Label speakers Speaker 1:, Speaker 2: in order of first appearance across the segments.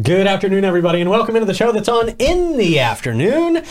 Speaker 1: Good afternoon, everybody, and welcome into the show that's on in the afternoon.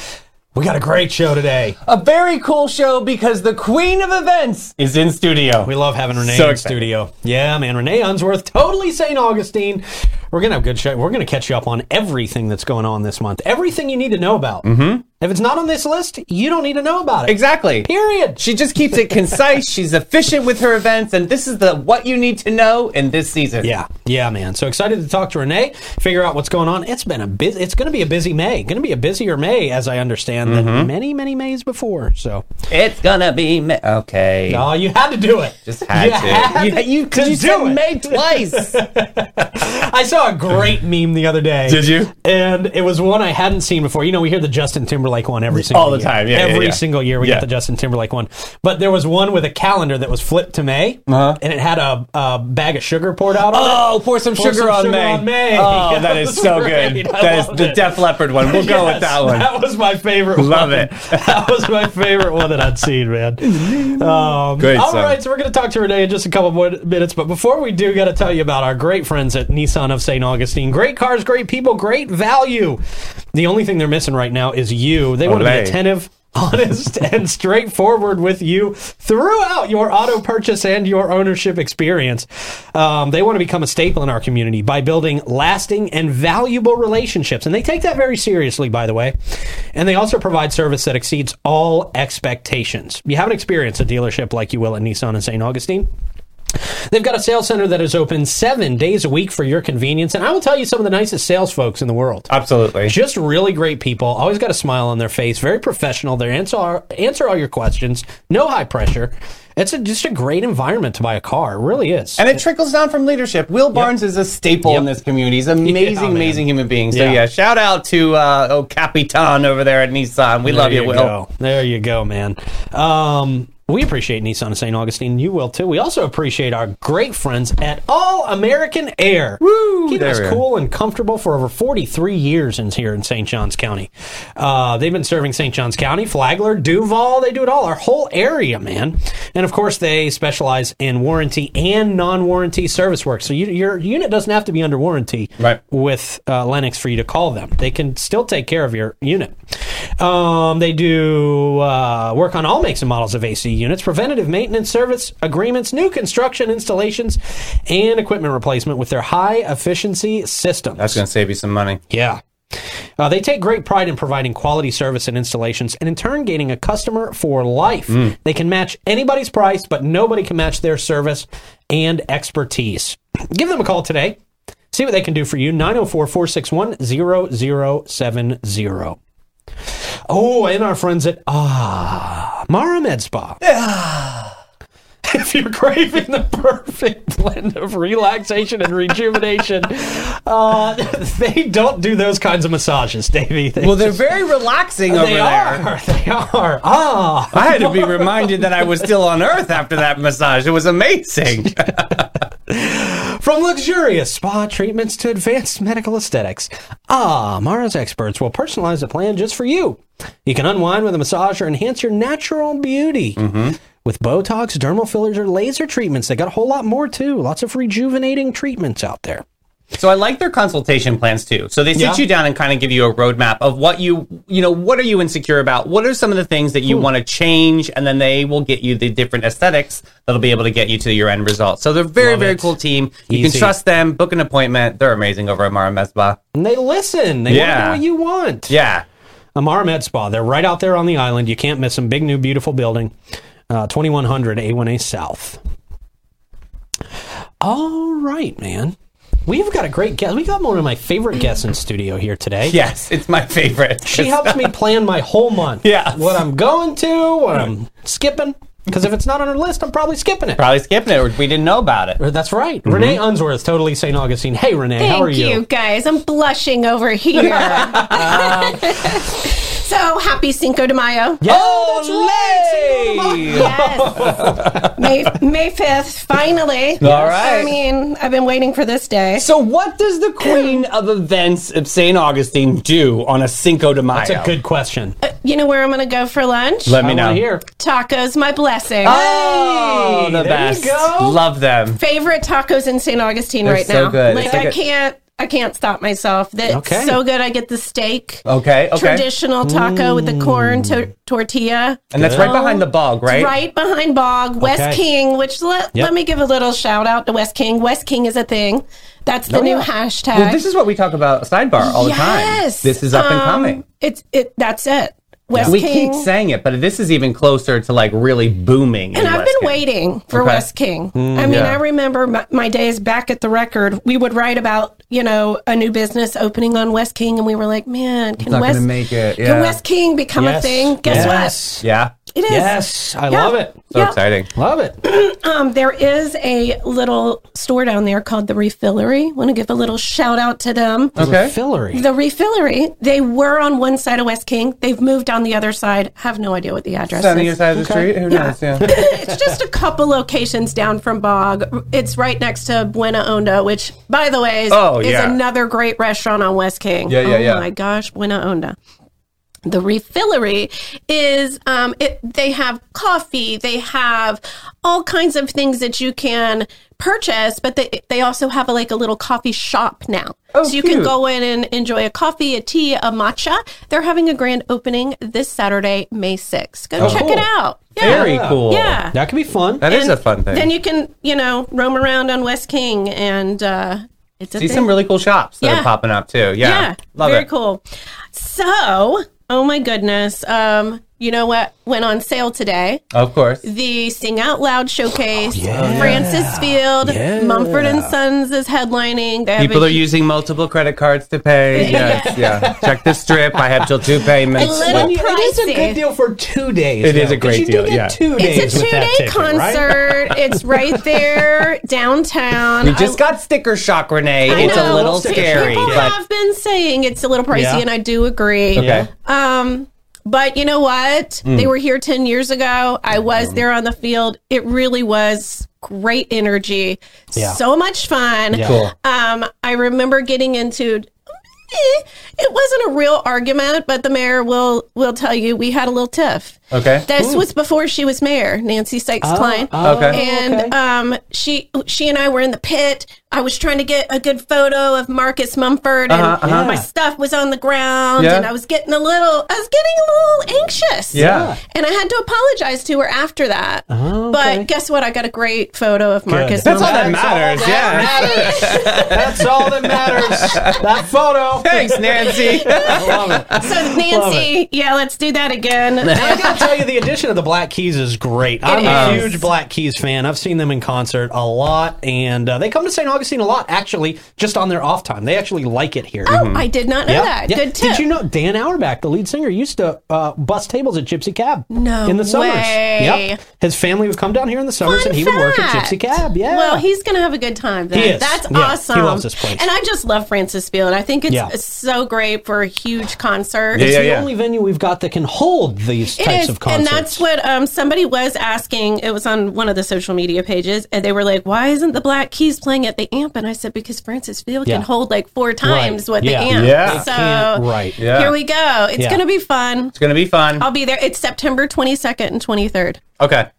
Speaker 1: We got a great show today.
Speaker 2: A very cool show because the queen of events is in studio.
Speaker 1: We love having Renee
Speaker 2: So
Speaker 1: in
Speaker 2: excited.
Speaker 1: studio. Yeah, man, Renee Unsworth, totally St. Augustine. We're gonna have a good show. We're gonna catch you up on everything that's going on this month. Everything you need to know about. Mm-hmm. If it's not on this list, you don't need to know about it.
Speaker 2: Exactly.
Speaker 1: Period.
Speaker 2: She just keeps it concise. She's efficient with her events, and this is the what you need to know in this season.
Speaker 1: Yeah, yeah, man. So excited to talk to Renee, figure out what's going on. It's been a busy. It's going to be a busy May. Going to be a busier May, as I understand,
Speaker 2: Mm-hmm.
Speaker 1: than many, many Mays before. So,
Speaker 2: It's gonna be May. Okay.
Speaker 1: oh, you had to do it.
Speaker 2: Just had
Speaker 1: You
Speaker 2: to.
Speaker 1: had
Speaker 2: you, you, 'cause
Speaker 1: to
Speaker 2: you
Speaker 1: do
Speaker 2: said
Speaker 1: it.
Speaker 2: May twice.
Speaker 1: I saw a great meme the other day.
Speaker 2: Did you?
Speaker 1: And it was one I hadn't seen before. You know, we hear the Justin Timberlake one every single
Speaker 2: All the
Speaker 1: year.
Speaker 2: time. Yeah, yeah,
Speaker 1: every
Speaker 2: yeah.
Speaker 1: single year we
Speaker 2: Yeah.
Speaker 1: get the Justin Timberlake one. But there was one with a calendar that was flipped to May,
Speaker 2: Uh-huh.
Speaker 1: and it had a, a bag of sugar poured out on it.
Speaker 2: oh, pour some
Speaker 1: Pour
Speaker 2: sugar,
Speaker 1: some
Speaker 2: on,
Speaker 1: sugar
Speaker 2: May.
Speaker 1: on May.
Speaker 2: Oh,
Speaker 1: That
Speaker 2: that is
Speaker 1: was
Speaker 2: so
Speaker 1: great.
Speaker 2: good.
Speaker 1: I
Speaker 2: That is
Speaker 1: loved
Speaker 2: the
Speaker 1: it.
Speaker 2: Def Leopard one. We'll go
Speaker 1: Yes,
Speaker 2: with that one.
Speaker 1: That was my favorite.
Speaker 2: Love
Speaker 1: one.
Speaker 2: it.
Speaker 1: That was my favorite one that I'd seen, man. Um, all right,
Speaker 2: Great song.
Speaker 1: so we're going to talk to Renee in just a couple more minutes, but before we do, got to tell you about our great friends at Nissan of St. Augustine. Great cars, great people, great value. The only thing they're missing right now is you. They want to be
Speaker 2: Olay.
Speaker 1: attentive. Honest and straightforward with you throughout your auto purchase and your ownership experience. Um, they want to become a staple in our community by building lasting and valuable relationships. And they take that very seriously, by the way. And they also provide service that exceeds all expectations. You haven't experienced a dealership like you will at Nissan in St. Augustine. They've got a sales center that is open seven days a week for your convenience. And I will tell you some of the nicest sales folks in the world.
Speaker 2: Absolutely.
Speaker 1: Just really great people. Always got a smile on their face. Very professional. They answer answer all your questions. No high pressure. It's a, just a great environment to buy a car. It really is.
Speaker 2: And it trickles down from leadership. Will Barnes is a staple in this community. He's an amazing,
Speaker 1: man.
Speaker 2: amazing human being. So
Speaker 1: Yeah.
Speaker 2: yeah. shout out to uh, oh Capitan over there at Nissan. We love you,
Speaker 1: there
Speaker 2: Will.
Speaker 1: Go. There you go, man. Um, we appreciate Nissan of St. Augustine. You will too. We also appreciate our great friends at All American Air. Woo! Keeping
Speaker 2: There
Speaker 1: us
Speaker 2: we are.
Speaker 1: cool and comfortable for over 43 years in here in St. John's County. Uh, they've been serving St. John's County, Flagler, Duval. They do it all, our whole area, man. And of course, they specialize in warranty and non warranty service work. So you, your unit doesn't have to be under warranty
Speaker 2: Right.
Speaker 1: with uh, Lennox for you to call them. They can still take care of your unit. Um, they do uh, work on all makes and models of AC units, preventative maintenance service agreements, new construction installations, and equipment replacement with their high efficiency systems.
Speaker 2: That's going to save you some money.
Speaker 1: Yeah. Uh, they take great pride in providing quality service and installations and in turn gaining a customer for life. They can match anybody's price, but nobody can match their service and expertise. Give them a call today. See what they can do for you. 904 461 0070. Oh, and our friends at Ah, Mara Med Spa. if you're craving the perfect blend of relaxation and rejuvenation, uh, they don't do those kinds of massages, Davey. They,
Speaker 2: Well, they're very relaxing over
Speaker 1: they
Speaker 2: there.
Speaker 1: are. They are. Ah.
Speaker 2: I had to be reminded that I was still on Earth after that massage. It was amazing.
Speaker 1: From luxurious spa treatments to advanced medical aesthetics, Ah Mara's experts will personalize a plan just for you. You can unwind with a massage or enhance your natural beauty with Botox, dermal fillers, or laser treatments. They got a whole lot more too. Lots of rejuvenating treatments out there.
Speaker 2: So I like their consultation plans too. So they sit
Speaker 1: Yeah.
Speaker 2: you down and kind of give you a roadmap of what you, you know, what are you insecure about? What are some of the things that you want to change? And then they will get you the different aesthetics that'll be able to get you to your end result. So they're very,
Speaker 1: Love
Speaker 2: very
Speaker 1: it.
Speaker 2: cool team. You
Speaker 1: Easy.
Speaker 2: can trust them, book an appointment. They're amazing over at Mara Mesba.
Speaker 1: And they listen. They want to know
Speaker 2: Yeah.
Speaker 1: what you want.
Speaker 2: Yeah.
Speaker 1: Amar Med Spa. They're right out there on the island. You can't miss them. Big, new, beautiful building. Uh, 2100 A1A South. All right, man. We've got a great guest. We got one of my favorite guests in studio here today.
Speaker 2: Yes. It's my favorite.
Speaker 1: She helps me plan my whole month.
Speaker 2: Yeah.
Speaker 1: What I'm going to, what I'm skipping. Because if it's not on her list, I'm probably skipping it.
Speaker 2: Probably skipping it. or We didn't know about it.
Speaker 1: That's right.
Speaker 2: Mm-hmm.
Speaker 1: Renee Unsworth, totally St. Augustine. Hey, Renee,
Speaker 3: Thank
Speaker 1: how are
Speaker 3: you?
Speaker 1: you?
Speaker 3: guys. I'm blushing over here.
Speaker 2: Uh-huh.
Speaker 3: so happy Cinco de Mayo.
Speaker 1: Yeah,
Speaker 3: Oh,
Speaker 1: that's right. Cinco de Mayo.
Speaker 2: Olay!
Speaker 3: Yes. May, May 5th, finally.
Speaker 2: All right.
Speaker 3: I mean, I've been waiting for this day.
Speaker 2: So, what does the Queen of Events of St. Augustine do on a Cinco de Mayo?
Speaker 1: That's a good question.
Speaker 3: You know where I'm going to go for lunch?
Speaker 2: Let me
Speaker 1: I
Speaker 2: know.
Speaker 1: want to hear.
Speaker 3: tacos, my blessing.
Speaker 2: Oh,
Speaker 1: Hey, there
Speaker 2: the
Speaker 1: you
Speaker 2: best.
Speaker 1: go.
Speaker 2: Love them.
Speaker 3: Favorite tacos in St. Augustine
Speaker 2: They're
Speaker 3: right
Speaker 2: so
Speaker 3: now.
Speaker 2: good.
Speaker 3: Like,
Speaker 2: It's like
Speaker 3: I
Speaker 2: a-
Speaker 3: can't. I can't stop myself. That's
Speaker 1: Okay.
Speaker 3: so good. I get the steak,
Speaker 2: Oh, Okay, Mm. okay.
Speaker 3: traditional taco with the corn to- tortilla.
Speaker 2: And that's right behind the bog, right?
Speaker 3: Right behind Bog, West
Speaker 1: Okay.
Speaker 3: King, which let,
Speaker 1: Yep.
Speaker 3: let me give a little shout out to West King. West King is a thing. That's the new
Speaker 2: Oh, yeah.
Speaker 3: hashtag.
Speaker 2: Well, this is what we talk about sidebar all the time.
Speaker 3: Yes.
Speaker 2: This is up and
Speaker 3: Um,
Speaker 2: coming.
Speaker 3: It's it that's it. West
Speaker 2: We
Speaker 3: King.
Speaker 2: keep saying it, but this is even closer to like really booming. in
Speaker 3: and I've
Speaker 2: West
Speaker 3: been
Speaker 2: Ham.
Speaker 3: waiting for
Speaker 2: Okay. Mm,
Speaker 3: West King. I mean,
Speaker 2: yeah.
Speaker 3: I remember my, my days back at the record. We would write about you know a new business opening on West King, and we were like, "Man, can
Speaker 2: not gonna
Speaker 3: West
Speaker 2: make it, yeah.
Speaker 3: Can West King become a
Speaker 1: Yes.
Speaker 3: thing? Guess
Speaker 1: yes.
Speaker 2: Yeah.
Speaker 3: what? It is.
Speaker 1: Yes. I
Speaker 3: Yeah.
Speaker 1: love it.
Speaker 2: So
Speaker 3: Yeah.
Speaker 2: exciting.
Speaker 1: Love it.
Speaker 3: Um, there is a little store down there called the Refillery. Want to give a little shout out to them.
Speaker 2: Okay.
Speaker 1: Fillery.
Speaker 3: The Refillery. They were on one side of West King. They've moved on the other side. Have no idea what the address
Speaker 2: On the
Speaker 3: is.
Speaker 2: other side of the
Speaker 1: Okay.
Speaker 2: street? Who
Speaker 3: Yeah.
Speaker 2: knows? Yeah.
Speaker 3: it's just a couple locations down from Bog. It's right next to Buena Onda, which, by the way, is,
Speaker 2: Oh,
Speaker 3: is
Speaker 2: yeah.
Speaker 3: another great restaurant on West King.
Speaker 2: Yeah, yeah,
Speaker 3: oh
Speaker 2: yeah.
Speaker 3: my gosh, Buena Onda. The refillery is um, it, they have coffee, they have all kinds of things that you can purchase, but they they also have a, like a little coffee shop now,
Speaker 2: Oh,
Speaker 3: so you
Speaker 2: cute.
Speaker 3: can go in and enjoy a coffee, a tea, a matcha. They're having a grand opening this Saturday, May 6th. Go check
Speaker 1: cool.
Speaker 3: it out. Yeah.
Speaker 2: Oh, Very cool.
Speaker 3: Yeah.
Speaker 1: That could be fun.
Speaker 2: That is
Speaker 3: And
Speaker 2: a fun thing.
Speaker 3: Then you can, you know, roam around on West King and uh, it's a
Speaker 2: See
Speaker 3: thing.
Speaker 2: some really cool shops that are
Speaker 3: Yeah.
Speaker 2: popping up too. Yeah.
Speaker 3: yeah,
Speaker 2: Love
Speaker 3: very
Speaker 2: it.
Speaker 3: cool. So, oh my goodness, um, you know what went on sale today?
Speaker 2: Of course.
Speaker 3: The Sing Out Loud showcase.
Speaker 2: Oh,
Speaker 1: yeah.
Speaker 3: Francis Field,
Speaker 1: Yeah.
Speaker 3: Mumford and Sons is headlining. They have
Speaker 2: People
Speaker 3: a
Speaker 2: are using multiple credit cards to pay. Yes, yeah. Check the strip. I have till two payments.
Speaker 3: A little-
Speaker 1: When you- it is a
Speaker 3: pricey.
Speaker 1: good deal for two days.
Speaker 2: It is
Speaker 1: though,
Speaker 2: a great
Speaker 1: 'cause you do
Speaker 2: deal,
Speaker 1: get
Speaker 2: yeah.
Speaker 1: Two days
Speaker 3: It's a
Speaker 1: with that
Speaker 3: two-day
Speaker 1: ticket, right?
Speaker 3: concert. it's right there downtown.
Speaker 2: We just
Speaker 3: I-
Speaker 2: got sticker shock, Renee.
Speaker 3: I
Speaker 2: it's a
Speaker 3: know.
Speaker 2: little
Speaker 1: Sticker
Speaker 2: scary,
Speaker 3: People
Speaker 2: but
Speaker 3: have been saying it's a little pricey,
Speaker 1: Yeah.
Speaker 3: and I do agree.
Speaker 2: okay. Mm.
Speaker 3: Um, but you know what? They were here 10 years ago. I was there on the field. It really was great energy.
Speaker 1: Yeah.
Speaker 3: So much fun.
Speaker 1: Yeah.
Speaker 2: Cool.
Speaker 3: Um, I remember getting into eh, it wasn't a real argument, but the mayor will will tell you we had a little tiff.
Speaker 2: Okay.
Speaker 3: This was before she was mayor, Nancy Sykes Klein
Speaker 1: Oh,
Speaker 2: Okay.
Speaker 3: and um, she she and I were in the pit. I was trying to get a good photo of Marcus Mumford, and
Speaker 2: Uh-huh, uh-huh.
Speaker 3: my stuff was on the ground,
Speaker 2: Yeah.
Speaker 3: and I was getting a little, I was getting a little anxious.
Speaker 2: Yeah.
Speaker 3: and I had to apologize to her after that.
Speaker 1: Oh,
Speaker 3: But guess what? I got a great photo of Marcus.
Speaker 1: That's
Speaker 2: That's all
Speaker 3: Mumford.
Speaker 2: that matters. Yeah.
Speaker 1: matters. That's all that matters. That photo.
Speaker 2: Thanks, Nancy.
Speaker 1: I love it.
Speaker 3: So Nancy, yeah, let's do that again.
Speaker 1: I gotta tell you, the addition of the Black Keys is great. I'm a
Speaker 3: is.
Speaker 1: huge Black Keys fan. I've seen them in concert a lot, and uh, they come to St. Augustine a lot. Actually, just on their off time, they actually like it here.
Speaker 3: Oh, I did not know that. Good tip.
Speaker 1: Did you know Dan Auerbach, the lead singer, used to uh, bust tables at Gypsy Cab?
Speaker 3: No
Speaker 1: in the summers.
Speaker 3: way.
Speaker 1: Yep, his family would come down here in the summers,
Speaker 3: Fun
Speaker 1: and he would work at
Speaker 3: fact.
Speaker 1: Gypsy Cab. Yeah.
Speaker 3: Well, he's going to have a good time then.
Speaker 1: He is.
Speaker 3: That's
Speaker 1: Yeah, he
Speaker 3: awesome.
Speaker 1: loves this place.
Speaker 3: And I just love Francis Field. I think it's
Speaker 1: Yeah.
Speaker 3: it's so great for a huge concert.
Speaker 1: it's
Speaker 2: Yeah,
Speaker 1: the
Speaker 2: yeah.
Speaker 1: only venue we've got that can hold these
Speaker 3: It
Speaker 1: types
Speaker 3: is,
Speaker 1: of concerts.
Speaker 3: And that's what um, somebody was asking. It was on one of the social media pages, and they were like, why isn't the Black Keys playing at the amp? And I said, because Francis Field
Speaker 1: Yeah.
Speaker 3: can hold like four times what
Speaker 1: Yeah.
Speaker 3: the amp.
Speaker 2: Yeah. They
Speaker 3: So
Speaker 1: can't- right.
Speaker 2: Yeah.
Speaker 3: here we go. It's
Speaker 1: Yeah.
Speaker 3: going to be fun.
Speaker 2: It's gonna be fun.
Speaker 3: I'll be there. It's September 22nd and 23rd.
Speaker 2: Okay.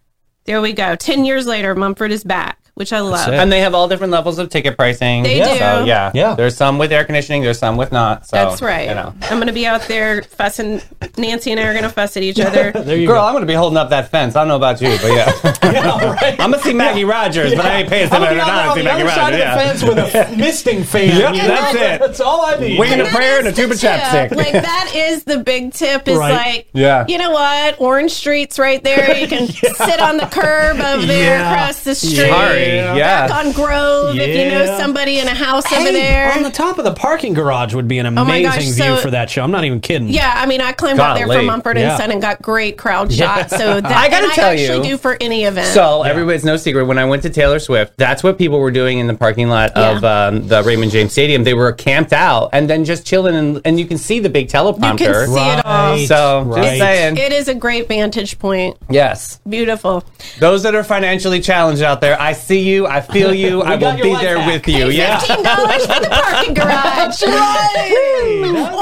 Speaker 3: There we go. 10 years later, Mumford is back, which I love.
Speaker 1: it.
Speaker 2: And they have all different levels of ticket pricing.
Speaker 3: They
Speaker 2: yeah.
Speaker 3: do.
Speaker 2: So, yeah.
Speaker 1: Yeah.
Speaker 2: There's some with air conditioning. There's some with not. So,
Speaker 3: That's right.
Speaker 2: You know.
Speaker 3: I'm going to be out there fussing. Nancy and I are going to fuss at each other.
Speaker 1: there you
Speaker 2: Girl, I'm gonna be holding up that fence. I don't know about you, but yeah.
Speaker 1: go. Yeah, right.
Speaker 2: I'm gonna see Maggie Rogers, but I ain't paying
Speaker 1: I'm gonna
Speaker 2: seven
Speaker 1: be
Speaker 2: hundred
Speaker 1: out there
Speaker 2: dollars
Speaker 1: on
Speaker 2: to see
Speaker 1: the
Speaker 2: Maggie
Speaker 1: other side
Speaker 2: Rogers.
Speaker 1: of the
Speaker 2: Yeah.
Speaker 1: fence with a misting fan.
Speaker 2: Yep,
Speaker 1: you know?
Speaker 2: that's it.
Speaker 1: That's all I need.
Speaker 2: Winging a
Speaker 3: That
Speaker 2: prayer and a
Speaker 3: is the
Speaker 2: tube of chapstick.
Speaker 3: tip. Like that is the big tip. Is
Speaker 1: Right.
Speaker 3: like,
Speaker 2: Yeah.
Speaker 3: you know what? Orange Street's right there. You can sit on the curb over there
Speaker 1: Yeah.
Speaker 3: across the street.
Speaker 2: Sorry. Yeah.
Speaker 3: Back on Grove, if you know
Speaker 1: Yeah.
Speaker 3: somebody in a house over
Speaker 1: Hey,
Speaker 3: there. Oh
Speaker 1: On the top of the parking garage would be an
Speaker 3: my
Speaker 1: amazing
Speaker 3: gosh,
Speaker 1: view
Speaker 3: so-
Speaker 1: for that show. I'm not even kidding.
Speaker 3: yeah, I mean, I climbed out there
Speaker 2: Golly.
Speaker 3: for Mumford and
Speaker 1: Yeah.
Speaker 3: Son and got great crowd shots. So that
Speaker 2: I gotta
Speaker 3: and
Speaker 2: tell
Speaker 3: I actually
Speaker 2: you-
Speaker 3: do for any event.
Speaker 2: So everybody's no secret. When I went to Taylor Swift, that's what people were doing in the parking lot of
Speaker 3: Yeah.
Speaker 2: um, the Raymond James Stadium. They were camped out and then just chilling, and, and you can see the big teleprompter.
Speaker 3: see it Right, all.
Speaker 2: So just
Speaker 1: right.
Speaker 2: saying,
Speaker 3: it is a great vantage point.
Speaker 2: yes,
Speaker 3: Beautiful.
Speaker 2: those that are financially challenged out there, I see you. I feel you. I
Speaker 1: got your
Speaker 2: will be
Speaker 1: life
Speaker 2: there
Speaker 1: back.
Speaker 2: with you. Yeah.
Speaker 3: Fifteen dollars for the parking garage. Or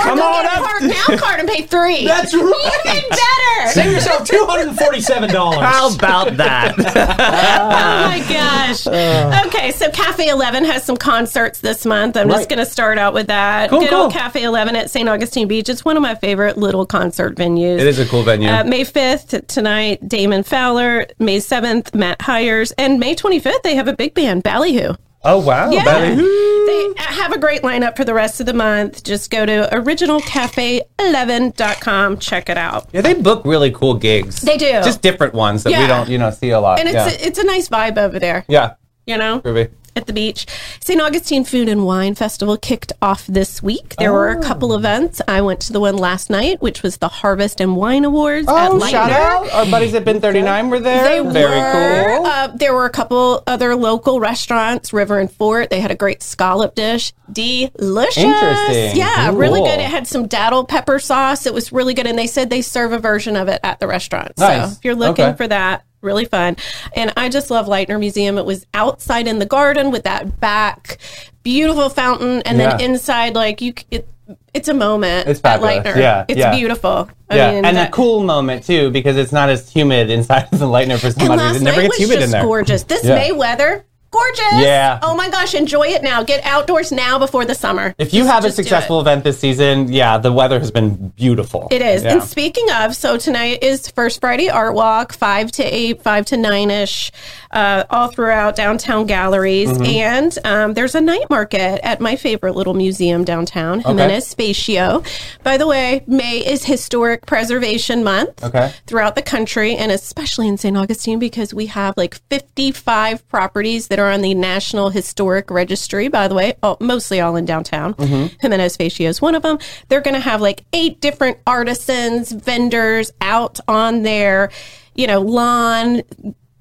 Speaker 2: Come
Speaker 3: go
Speaker 2: on
Speaker 3: get a
Speaker 2: up.
Speaker 3: park now card and pay three.
Speaker 1: That's right.
Speaker 3: even better.
Speaker 1: Save yourself two hundred and forty-seven
Speaker 2: How
Speaker 1: dollars.
Speaker 2: about that?
Speaker 3: oh my gosh.
Speaker 2: Uh.
Speaker 3: okay, so Cafe 11 has some concerts this month. I'm
Speaker 1: Right.
Speaker 3: just going to start out with that.
Speaker 2: Cool,
Speaker 3: Good old
Speaker 2: cool.
Speaker 3: Cafe 11 at St. Augustine Beach. It's one of my favorite little concert venues.
Speaker 2: it is a cool venue.
Speaker 3: Uh, May 5th tonight, Damon Fowler. May 7th, Matt Hires. And May 25th, they have a big band, Ballyhoo.
Speaker 2: oh wow,
Speaker 3: Yeah.
Speaker 2: Ballyhoo.
Speaker 3: They uh, have a great lineup for the rest of the month. Just go to originalcafe11.com. Check it out.
Speaker 2: Yeah, they book really cool gigs.
Speaker 3: They do.
Speaker 2: Just different ones that we
Speaker 3: Yeah.
Speaker 2: don't, you know, see a lot.
Speaker 3: And it's,
Speaker 2: yeah.
Speaker 3: a, it's a nice vibe over there.
Speaker 2: yeah.
Speaker 3: You know?
Speaker 2: Groovy.
Speaker 3: at the beach. St. Augustine Food and Wine Festival kicked off this week. There were a
Speaker 2: Oh.
Speaker 3: couple events. I went to the one last night, which was the Harvest and Wine Awards at
Speaker 2: Oh,
Speaker 3: Lightner.
Speaker 2: shout out. Our buddies at Bin 39 were
Speaker 3: They
Speaker 2: there. Very
Speaker 3: were.
Speaker 2: cool.
Speaker 3: Uh, there were a couple other local restaurants, River and Fort. They had a great scallop dish. Delicious.
Speaker 2: Interesting.
Speaker 3: Yeah, really
Speaker 2: Cool.
Speaker 3: good. It had some daddle pepper sauce. It was really good. And they said they serve a version of it at the restaurant.
Speaker 2: Nice.
Speaker 3: So if you're looking
Speaker 2: Okay.
Speaker 3: for that, really fun. And I just love Leitner Museum. It was outside in the garden with that back beautiful fountain. And
Speaker 2: Yeah.
Speaker 3: then inside, like, you, c- it, it's a moment
Speaker 2: It's
Speaker 3: at
Speaker 2: fabulous.
Speaker 3: Leitner.
Speaker 2: Yeah,
Speaker 3: It's
Speaker 2: yeah.
Speaker 3: beautiful. I
Speaker 2: yeah,
Speaker 3: mean,
Speaker 2: and
Speaker 3: that-
Speaker 2: a cool moment too because it's not as humid inside of the lightner for some
Speaker 3: and
Speaker 2: odd
Speaker 3: last
Speaker 2: reason. It never
Speaker 3: night
Speaker 2: gets
Speaker 3: was
Speaker 2: humid
Speaker 3: just
Speaker 2: in there.
Speaker 3: gorgeous. This
Speaker 2: Yeah.
Speaker 3: May weather, gorgeous.
Speaker 2: Yeah.
Speaker 3: Oh my gosh, enjoy it now. Get outdoors now before the summer.
Speaker 2: If you have a
Speaker 3: just do it.
Speaker 2: successful event this season, yeah, the weather has been beautiful.
Speaker 3: It is.
Speaker 2: Yeah.
Speaker 3: And speaking of, so tonight is First Friday Art Walk, 5 to 8, 5 to 9 ish, uh, all throughout downtown galleries.
Speaker 2: Mm-hmm.
Speaker 3: And um, there's a night market at my favorite little museum downtown, Jimenez Spatio. By the way, May is Historic Preservation Month
Speaker 2: Okay.
Speaker 3: throughout the country and especially in St. Augustine because we have like 55 properties that are on the National Historic Registry, by the way, all, mostly all in downtown. Jimenez Facio is one of them. They're going to have like eight different artisans, vendors out on their, you know, lawn,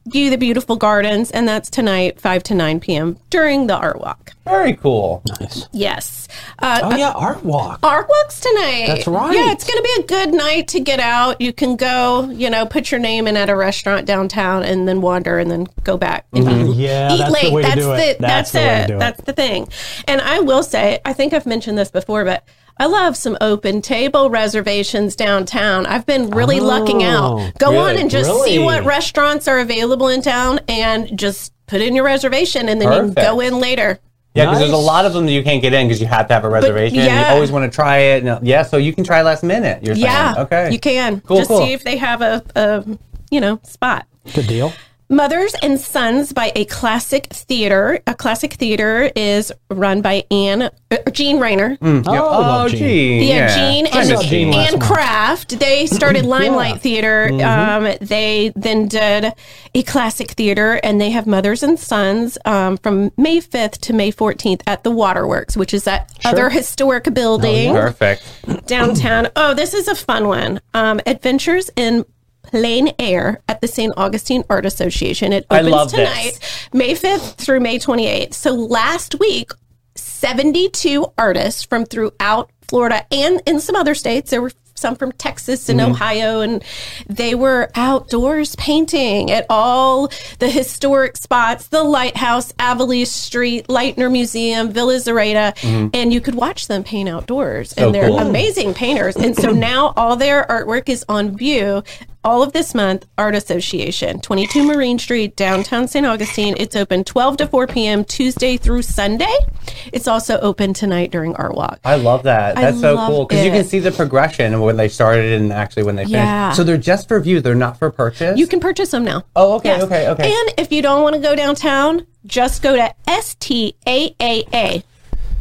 Speaker 3: view the beautiful gardens. And that's tonight, 5 to 9 p.m. during the art walk.
Speaker 2: very cool.
Speaker 3: Yes. Uh,
Speaker 1: Oh yeah, art walk.
Speaker 3: Art walks tonight.
Speaker 1: That's right.
Speaker 3: Yeah, it's going to be a good night to get out. You can go, you know, put your name in at a restaurant downtown and then wander and then go back. and
Speaker 1: Mm-hmm. Yeah,
Speaker 3: Oh, Eat
Speaker 1: that's
Speaker 3: late.
Speaker 1: the way
Speaker 3: that's
Speaker 1: to do
Speaker 3: the,
Speaker 1: it.
Speaker 3: that's,
Speaker 1: the way to
Speaker 3: it.
Speaker 1: do it.
Speaker 3: that's the thing. And I will say, I think I've mentioned this before, but I love some open table reservations downtown. I've been really
Speaker 1: Oh,
Speaker 3: lucking out. Go
Speaker 2: really?
Speaker 3: on and just
Speaker 1: Really?
Speaker 3: see what restaurants are available in town and just put in your reservation and then you
Speaker 2: Perfect.
Speaker 3: can go in later.
Speaker 2: Yeah, because there's a
Speaker 1: Nice.
Speaker 2: lot of them that you can't get in because you have to have a reservation. You
Speaker 3: yeah.
Speaker 2: always want to try it. and- yeah, so you can try last minute. You're saying.
Speaker 3: Yeah.
Speaker 2: Okay.
Speaker 3: You can.
Speaker 2: Cool,
Speaker 3: Just
Speaker 2: cool.
Speaker 3: see if they have a, a, you know, spot.
Speaker 1: Good deal.
Speaker 3: Mothers and Sons by a Classic Theater. A Classic Theater is run by Anne uh, Jean Reiner.
Speaker 1: Oh, I
Speaker 2: Oh,
Speaker 1: love Gene.
Speaker 2: gee.
Speaker 3: Yeah, Jean
Speaker 2: I miss
Speaker 1: saw Gene
Speaker 3: and,
Speaker 1: last
Speaker 3: and
Speaker 1: month.
Speaker 3: Kraft. They started Limelight Theater. Um, they then did a classic theater, and they have Mothers and Sons um, from May 5th to May 14th at the Waterworks, which is that other historic building
Speaker 2: Perfect.
Speaker 3: downtown. Oh, this is a fun one. Um, Adventures in Plain Air at the St. Augustine Art Association. It
Speaker 2: I
Speaker 3: opens
Speaker 2: love this.
Speaker 3: tonight, May 5th through May 28th. So last week, 72 artists from throughout Florida and in some other states. There were some from Texas
Speaker 2: Mm-hmm.
Speaker 3: and Ohio, and they were outdoors painting at all the historic spots the Lighthouse, Avalise Street, Leitner Museum, Villa Zareta, and you could watch them paint outdoors. and they're
Speaker 2: Mm-hmm. cool.
Speaker 3: amazing painters. And so now all their artwork is on view all of this month, Art Association, 22 Marine Street, downtown St. Augustine. It's open 12 to 4 p.m. Tuesday through Sunday. It's also open tonight during Art Walk.
Speaker 2: I love that.
Speaker 3: I
Speaker 2: That's so
Speaker 3: love
Speaker 2: cool because you
Speaker 3: it.
Speaker 2: can see the progression of when they started and actually when they finished.
Speaker 3: Yeah.
Speaker 2: So they're just for view. They're not for purchase.
Speaker 3: You can purchase them now.
Speaker 2: Oh, okay, okay, okay.
Speaker 3: And if you don't want to go downtown, just go to STAAA.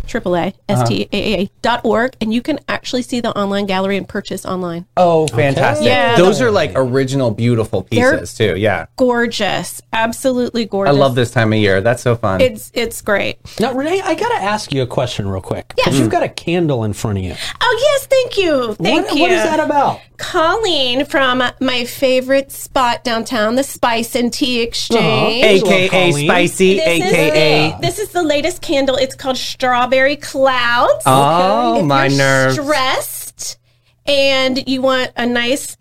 Speaker 3: Triple
Speaker 2: Uh-huh.
Speaker 3: A, S-T-A-A-A dot org, and you can actually see the online gallery and purchase online.
Speaker 2: oh, fantastic.
Speaker 3: Yeah.
Speaker 2: Those are like original, beautiful pieces too. Yeah.
Speaker 3: Gorgeous, absolutely
Speaker 2: I
Speaker 3: gorgeous.
Speaker 2: love this time of year. That's so fun.
Speaker 3: It's it's great.
Speaker 1: Now, Renee, I gotta ask you a question real quick. Because you've got a candle in front of you.
Speaker 3: Oh yes, thank you, thank
Speaker 1: what,
Speaker 3: you.
Speaker 1: What is that about?
Speaker 3: Colleen from my favorite spot downtown, the Spice and Tea Exchange.
Speaker 1: Uh-huh.
Speaker 2: AKA
Speaker 1: Colleen.
Speaker 2: spicy,
Speaker 3: This is
Speaker 2: AKA.
Speaker 3: the- this is the latest candle. It's called Strawberry Clouds.
Speaker 2: Oh,
Speaker 3: If
Speaker 2: my
Speaker 3: you're
Speaker 2: nerves.
Speaker 3: Stressed, and you want a nice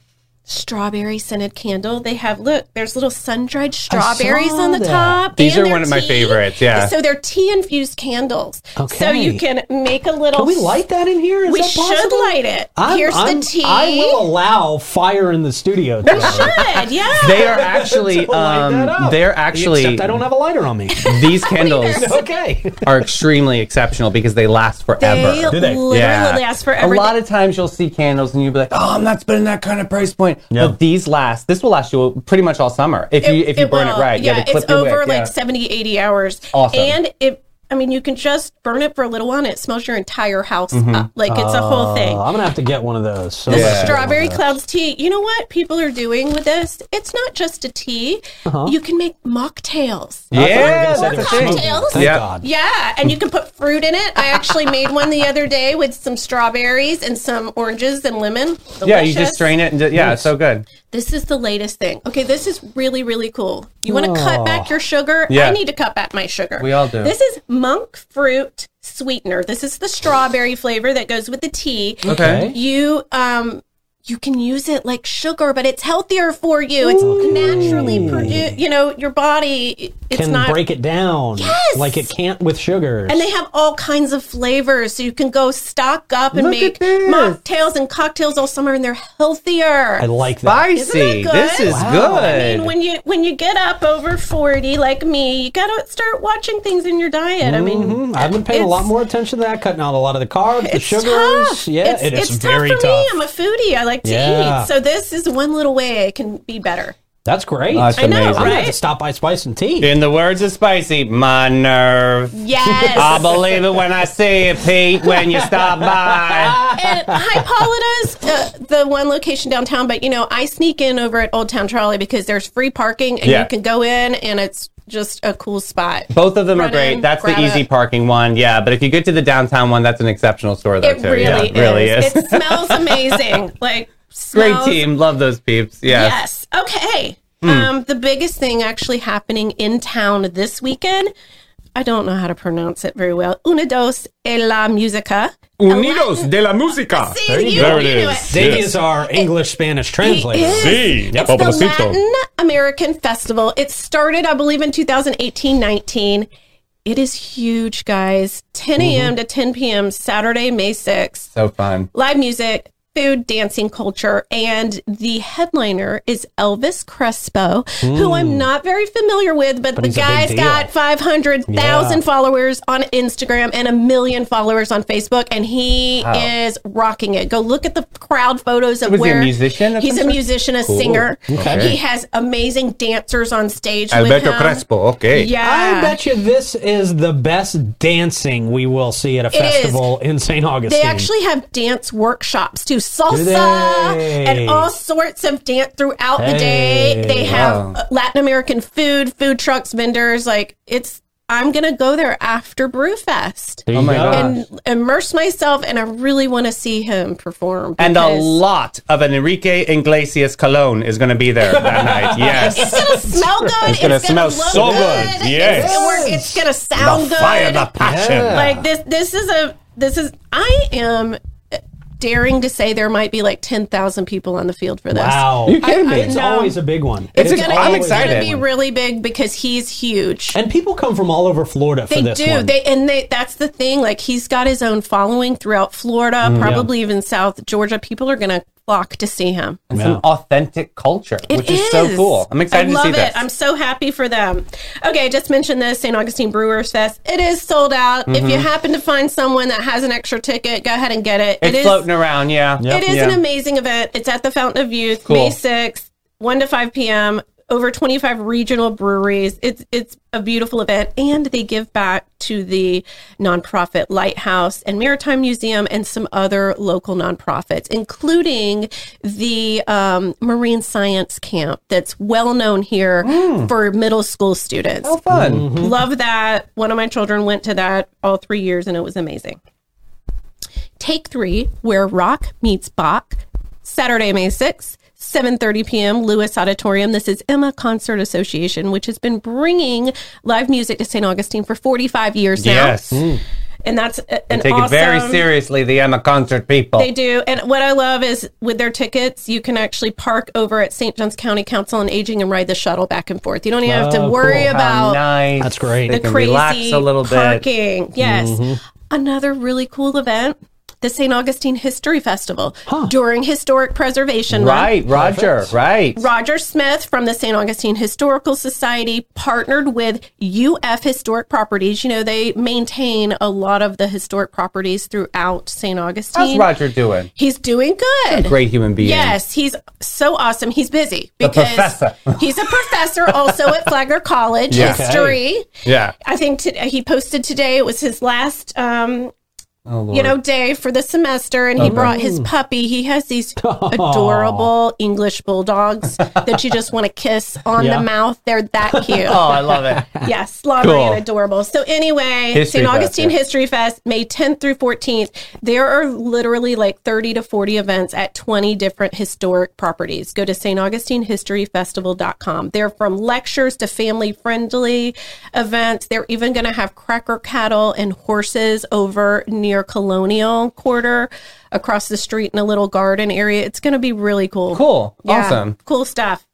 Speaker 3: strawberry scented candle. They have look, there's little sun dried strawberries on the
Speaker 1: that.
Speaker 3: top.
Speaker 2: These
Speaker 3: and
Speaker 2: are
Speaker 3: their
Speaker 2: one of my
Speaker 3: tea.
Speaker 2: favorites, yeah.
Speaker 3: So they're tea infused candles. So
Speaker 1: Okay.
Speaker 3: you can make a little.
Speaker 1: Can we light that in here? Is
Speaker 3: We
Speaker 1: that
Speaker 3: should
Speaker 1: possible?
Speaker 3: light it.
Speaker 1: I'm-
Speaker 3: Here's
Speaker 1: I'm-
Speaker 3: the tea.
Speaker 1: I will allow fire in the studio. today.
Speaker 3: Good, yeah.
Speaker 2: They are actually,
Speaker 1: To light that
Speaker 2: um,
Speaker 1: up.
Speaker 2: they're actually,
Speaker 1: Except I don't have a lighter on me.
Speaker 2: these candles
Speaker 1: okay.
Speaker 2: are extremely exceptional because they last forever.
Speaker 3: They
Speaker 1: do they?
Speaker 3: literally last forever.
Speaker 2: A lot of times you'll see candles and you'll be like, "Oh, I'm not spending that kind of price point."
Speaker 1: Yeah.
Speaker 2: But these last. This will last you pretty much all summer if you if you burn
Speaker 3: will.
Speaker 2: it right.
Speaker 3: Yeah,
Speaker 2: they clip
Speaker 3: it's
Speaker 2: your wick,
Speaker 3: over like
Speaker 2: yeah.
Speaker 3: 70, 80 hours.
Speaker 2: Awesome.
Speaker 3: And if I mean, you can just burn it for a little while, and it smells your entire house
Speaker 2: Mm-hmm.
Speaker 3: up. Like it's a
Speaker 2: Oh,
Speaker 3: whole thing.
Speaker 1: Uh, I'm gonna have to get one of those. So
Speaker 3: This
Speaker 2: Yeah.
Speaker 3: strawberry clouds tea. You know what people are doing with this? It's not just a tea. You can make mocktails.
Speaker 1: I thought you were
Speaker 2: Uh-huh. Yeah,
Speaker 1: gonna say
Speaker 2: that's
Speaker 1: they're
Speaker 2: a thing.
Speaker 1: smoking.
Speaker 3: Cocktails?
Speaker 1: Thank
Speaker 2: Yeah.
Speaker 1: God.
Speaker 3: Yeah, and you can put fruit in it. I actually made one the other day with some strawberries and some oranges and lemon. Delicious.
Speaker 2: Yeah, you just strain it and ju- yeah, it's so good.
Speaker 3: This is the latest thing. Okay, this is really, really cool. You want to cut back your sugar?
Speaker 2: Yeah.
Speaker 3: I need to cut back my sugar.
Speaker 2: We all do.
Speaker 3: This is monk fruit sweetener. This is the strawberry flavor that goes with the tea.
Speaker 1: Okay.
Speaker 3: You um you can use it like sugar, but it's healthier for you. It's naturally produced. You know, your body. It's
Speaker 1: Can
Speaker 3: not
Speaker 1: break it down like it can't with sugar.
Speaker 3: and they have all kinds of flavors, so you can go stock up and
Speaker 2: Look at
Speaker 3: make
Speaker 2: this.
Speaker 3: mocktails and cocktails all summer, and they're healthier.
Speaker 1: I like that.
Speaker 2: Spicy.
Speaker 3: Isn't that
Speaker 2: This
Speaker 3: good?
Speaker 2: is
Speaker 1: Wow.
Speaker 2: good.
Speaker 3: mean, when you when you get up over forty, like me, you gotta start watching things in your diet. I mean,
Speaker 1: Mhm. I've been paying a lot
Speaker 3: Mm-hmm. it's-
Speaker 1: more attention to that, cutting out a lot of the carbs, the
Speaker 3: it's
Speaker 1: sugars.
Speaker 3: tough.
Speaker 1: Yeah,
Speaker 3: it's,
Speaker 1: it is
Speaker 3: it's
Speaker 1: very
Speaker 3: tough for
Speaker 1: tough.
Speaker 3: me. I'm a foodie. I like to
Speaker 1: Yeah.
Speaker 3: eat, so this is one little way I can be better.
Speaker 1: That's great.
Speaker 2: That's
Speaker 3: I know,
Speaker 1: I'm
Speaker 2: amazing.
Speaker 1: gonna have to
Speaker 3: right?
Speaker 1: stop by Spice and Tea.
Speaker 2: In the words of Spicy, my nerve.
Speaker 3: Yes.
Speaker 1: Ah,
Speaker 2: I believe it when I see it, Pete. When you stop by,
Speaker 3: and Hippolyta's uh, the one location downtown, but you know, I sneak in over at Old Town Trolley because there's free parking and
Speaker 2: Yeah.
Speaker 3: you can go in and it's just a cool spot.
Speaker 2: both of them are
Speaker 3: Run
Speaker 2: great.
Speaker 3: in,
Speaker 2: That's the
Speaker 3: grab
Speaker 2: easy
Speaker 3: it.
Speaker 2: parking one, yeah. But if you get to the downtown one, that's an exceptional store, though.
Speaker 3: It
Speaker 2: too.
Speaker 3: really,
Speaker 2: yeah,
Speaker 3: is.
Speaker 2: it really is.
Speaker 3: It smells amazing. like
Speaker 2: Great
Speaker 3: smells
Speaker 2: team. Love those peeps. Yes.
Speaker 3: Yes. Okay. Um, the biggest thing actually happening in town this weekend. I don't know how to pronounce it very well. Unidos e la Musica.
Speaker 2: Unidos de la Música.
Speaker 3: See, There you you- go. you knew it.
Speaker 1: Ziggy is our English Spanish translator.
Speaker 3: It is.
Speaker 2: Yep.
Speaker 3: It's the Latin American Festival. It started, I believe, in 2018 19. It is huge, guys. 10 a.m. to 10 p.m. Saturday, May 6th.
Speaker 2: So fun.
Speaker 3: Live music, food, dancing, culture. And the headliner is Elvis Crespo, who
Speaker 2: Hmm.
Speaker 3: I'm not very familiar with, but, the
Speaker 1: he's a big
Speaker 3: guy's
Speaker 1: deal.
Speaker 3: got 500,000 followers on Instagram and a million followers on Facebook. And he is rocking it. Go look at the crowd photos of
Speaker 2: Was he a
Speaker 3: where
Speaker 2: musician of
Speaker 3: he's
Speaker 2: some
Speaker 3: a
Speaker 2: sort?
Speaker 3: musician, a singer.
Speaker 2: Okay.
Speaker 3: He has amazing dancers on stage. with him.
Speaker 2: Okay.
Speaker 3: Yeah.
Speaker 1: I bet you this is the best dancing we will see at a
Speaker 3: is.
Speaker 1: festival in St. Augustine.
Speaker 3: They actually have dance workshops too, salsa
Speaker 1: they?
Speaker 3: and all sorts of dance throughout the day.
Speaker 1: Hey,
Speaker 3: They have
Speaker 2: wow.
Speaker 3: uh, Latin American food, food trucks, vendors. Like it's, I'm gonna go there after Brewfest
Speaker 1: There
Speaker 2: Oh
Speaker 1: you
Speaker 2: my
Speaker 1: go.
Speaker 2: God.
Speaker 3: and immerse myself, and I really want to see him perform.
Speaker 2: And a
Speaker 3: because
Speaker 2: lot of an Enrique Iglesias cologne is going to be there that night.
Speaker 3: It's
Speaker 2: Yes.
Speaker 3: gonna smell good. It's
Speaker 2: gonna
Speaker 3: gonna,
Speaker 2: smell
Speaker 3: look
Speaker 2: so good.
Speaker 3: good.
Speaker 2: Yes.
Speaker 3: It's gonna, work. It's gonna sound good.
Speaker 2: passion.
Speaker 1: Yeah.
Speaker 3: like this this is a this is i am uh, daring to say there might be like 10,000 people on the field for this
Speaker 1: Wow.
Speaker 2: You kidding me?
Speaker 1: It's
Speaker 3: know.
Speaker 1: always a big one.
Speaker 2: It's
Speaker 1: It's
Speaker 2: a-
Speaker 1: always
Speaker 2: I'm
Speaker 1: a big
Speaker 2: excited.
Speaker 3: It's
Speaker 1: one.
Speaker 3: gonna be really big because he's huge.
Speaker 1: And people come from all over Florida for
Speaker 3: they
Speaker 1: this
Speaker 3: do.
Speaker 1: one.
Speaker 3: They and they that's the thing. Like he's got his own following throughout Florida,
Speaker 1: Mm-hmm.
Speaker 3: probably even South Georgia. People are gonna flock to see him.
Speaker 2: It's an authentic culture, which is. so cool. I'm excited
Speaker 3: I
Speaker 2: to
Speaker 3: love
Speaker 2: see
Speaker 3: it.
Speaker 2: this.
Speaker 3: I'm so happy for them. Okay, I just mentioned this St. Augustine Brewers Fest. It is sold out. If
Speaker 2: Mm-hmm.
Speaker 3: you happen to find someone that has an extra ticket, go ahead and get it.
Speaker 2: it's
Speaker 3: it is
Speaker 2: floating around, yeah.
Speaker 3: It is
Speaker 2: Yeah.
Speaker 3: an amazing event. It's at the Fountain of Youth,
Speaker 2: Cool.
Speaker 3: May 6th, 1 to 5 p.m. Over 25 regional breweries. It's it's a beautiful event, and they give back to the nonprofit Lighthouse and Maritime Museum and some other local nonprofits, including the um, Marine Science Camp that's well known here
Speaker 2: Mm.
Speaker 3: for middle school students.
Speaker 2: So fun.
Speaker 3: Love that. One of my children went to that all three years and it was amazing. Take three, where rock meets Bach, Saturday, May 6th. 7:30 p.m. Lewis Auditorium. This is Emma Concert Association, which has been bringing live music to St. Augustine for 45 years now.
Speaker 2: Yes.
Speaker 3: and that's a- an
Speaker 2: Mm. Take
Speaker 3: awesome.
Speaker 2: it very seriously, the Emma concert people.
Speaker 3: They do. And what I love is with their tickets, you can actually park over at St. John's County Council on Aging and ride the shuttle back and forth. You don't even have
Speaker 1: Oh,
Speaker 3: to worry
Speaker 1: cool. How
Speaker 3: about
Speaker 2: nice.
Speaker 1: That's great.
Speaker 2: They
Speaker 1: The
Speaker 3: the
Speaker 2: can
Speaker 3: crazy
Speaker 2: relax a little bit. Mm-hmm.
Speaker 3: parking. Yes. Another really cool event, the St. Augustine History Festival during Historic Preservation Month.
Speaker 2: Right, Roger. Right.
Speaker 3: Roger Smith from the St. Augustine Historical Society partnered with UF Historic Properties. You know, they maintain a lot of the historic properties throughout St. Augustine.
Speaker 2: How's Roger doing?
Speaker 3: He's doing good.
Speaker 2: Great human being.
Speaker 3: Yes, he's so awesome. He's busy because
Speaker 2: professor.
Speaker 3: he's a professor also at Flagler College
Speaker 2: Yeah.
Speaker 3: history.
Speaker 2: Yeah.
Speaker 3: I think to, he posted today. It was his last, um,
Speaker 2: Oh, Lord.
Speaker 3: you know, day for the semester, and he brought his puppy. He has these adorable English bulldogs that you just want to kiss on
Speaker 1: Yeah.
Speaker 3: the mouth. They're that cute.
Speaker 2: oh, I love it.
Speaker 3: Yes, slobbery
Speaker 2: Cool.
Speaker 3: and adorable. So anyway,
Speaker 2: History
Speaker 3: St.
Speaker 2: Fest,
Speaker 3: Augustine
Speaker 2: yeah.
Speaker 3: History Fest, May 10th through 14th. There are literally like 30 to 40 events at 20 different historic properties. Go to staugustinhistoryfestival.com. They're from lectures to family-friendly events. They're even going to have cracker cattle and horses over near Colonial Quarter across the street in a little garden area. It's going to be really cool.
Speaker 2: Cool.
Speaker 3: Yeah,
Speaker 2: Awesome.
Speaker 3: Cool stuff.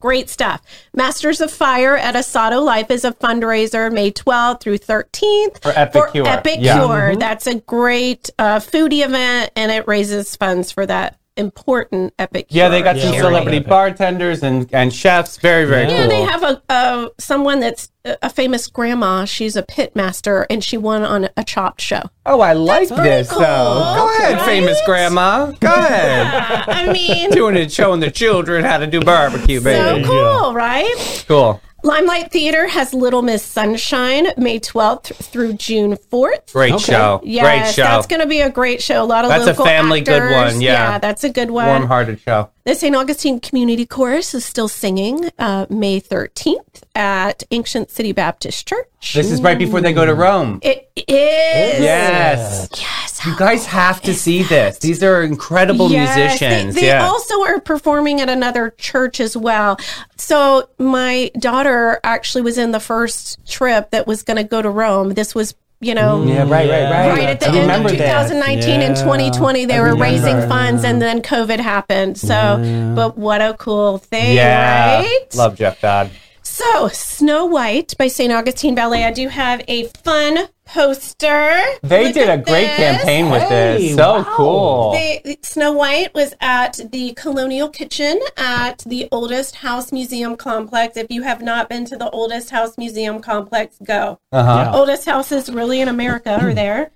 Speaker 3: Great stuff. Masters of Fire at Asado Life is a fundraiser May 12th through 13th
Speaker 2: For Epic Cure.
Speaker 3: Epic
Speaker 2: Yeah. Mm-hmm.
Speaker 3: Cure. That's a great uh, foodie event and it raises funds for that important Epic
Speaker 2: Yeah, they
Speaker 3: Cure
Speaker 2: got some
Speaker 1: Yeah.
Speaker 3: charity.
Speaker 2: celebrity
Speaker 1: Yeah.
Speaker 2: bartenders and, and chefs. Very, very
Speaker 3: Yeah,
Speaker 2: cool.
Speaker 3: they have a, a someone that's a a famous grandma. She's a pit master, and she won on a Chopped show.
Speaker 2: oh, I like this,
Speaker 3: cool,
Speaker 2: though. Go ahead,
Speaker 3: right?
Speaker 2: famous grandma. Go ahead.
Speaker 3: I mean, so
Speaker 2: Doing it, showing the children how to do barbecue, baby.
Speaker 3: cool, right?
Speaker 2: cool.
Speaker 3: Limelight Theater has Little Miss Sunshine May 12th through June 4th.
Speaker 2: Great
Speaker 1: Okay.
Speaker 2: show.
Speaker 3: Yes,
Speaker 2: Great show.
Speaker 3: that's going to be a great show. A lot of
Speaker 2: That's a
Speaker 3: local
Speaker 2: family good
Speaker 3: actors.
Speaker 2: one, yeah.
Speaker 3: that's a good one.
Speaker 2: Warm-hearted show.
Speaker 3: The St. Augustine Community Chorus is still singing uh, May 13th at Ancient City Baptist Church.
Speaker 2: This is right before they go to
Speaker 3: Mm.
Speaker 2: Rome.
Speaker 3: It is.
Speaker 2: Yes.
Speaker 3: Yes.
Speaker 2: You guys have to see this. These are incredible
Speaker 3: Yes, they-
Speaker 2: musicians.
Speaker 3: They,
Speaker 2: yeah.
Speaker 3: also are performing at another church as well. So my daughter actually was in the first trip that was going to go to Rome. This was, you know,
Speaker 2: Mm, yeah, right, right, right.
Speaker 3: right at the
Speaker 2: I
Speaker 3: end
Speaker 2: remember
Speaker 3: of
Speaker 2: that.
Speaker 3: 2019 and
Speaker 1: Yeah.
Speaker 3: 2020 they were raising
Speaker 2: remember.
Speaker 3: funds and then covid happened so but what a cool thing
Speaker 2: Yeah.
Speaker 3: right
Speaker 2: Love Jeff Dodd.
Speaker 3: so snow white by st augustine ballet i do have a fun poster
Speaker 2: They
Speaker 3: Look
Speaker 2: did a
Speaker 3: at
Speaker 2: great
Speaker 3: this.
Speaker 2: campaign with
Speaker 1: Hey,
Speaker 2: this. So
Speaker 1: wow.
Speaker 2: cool.
Speaker 3: They, Snow White was at the Colonial Kitchen at the Oldest House Museum Complex. If you have not been to the Oldest House Museum Complex, go.
Speaker 2: uh-huh. Hmm.
Speaker 3: Oldest houses really in America are there.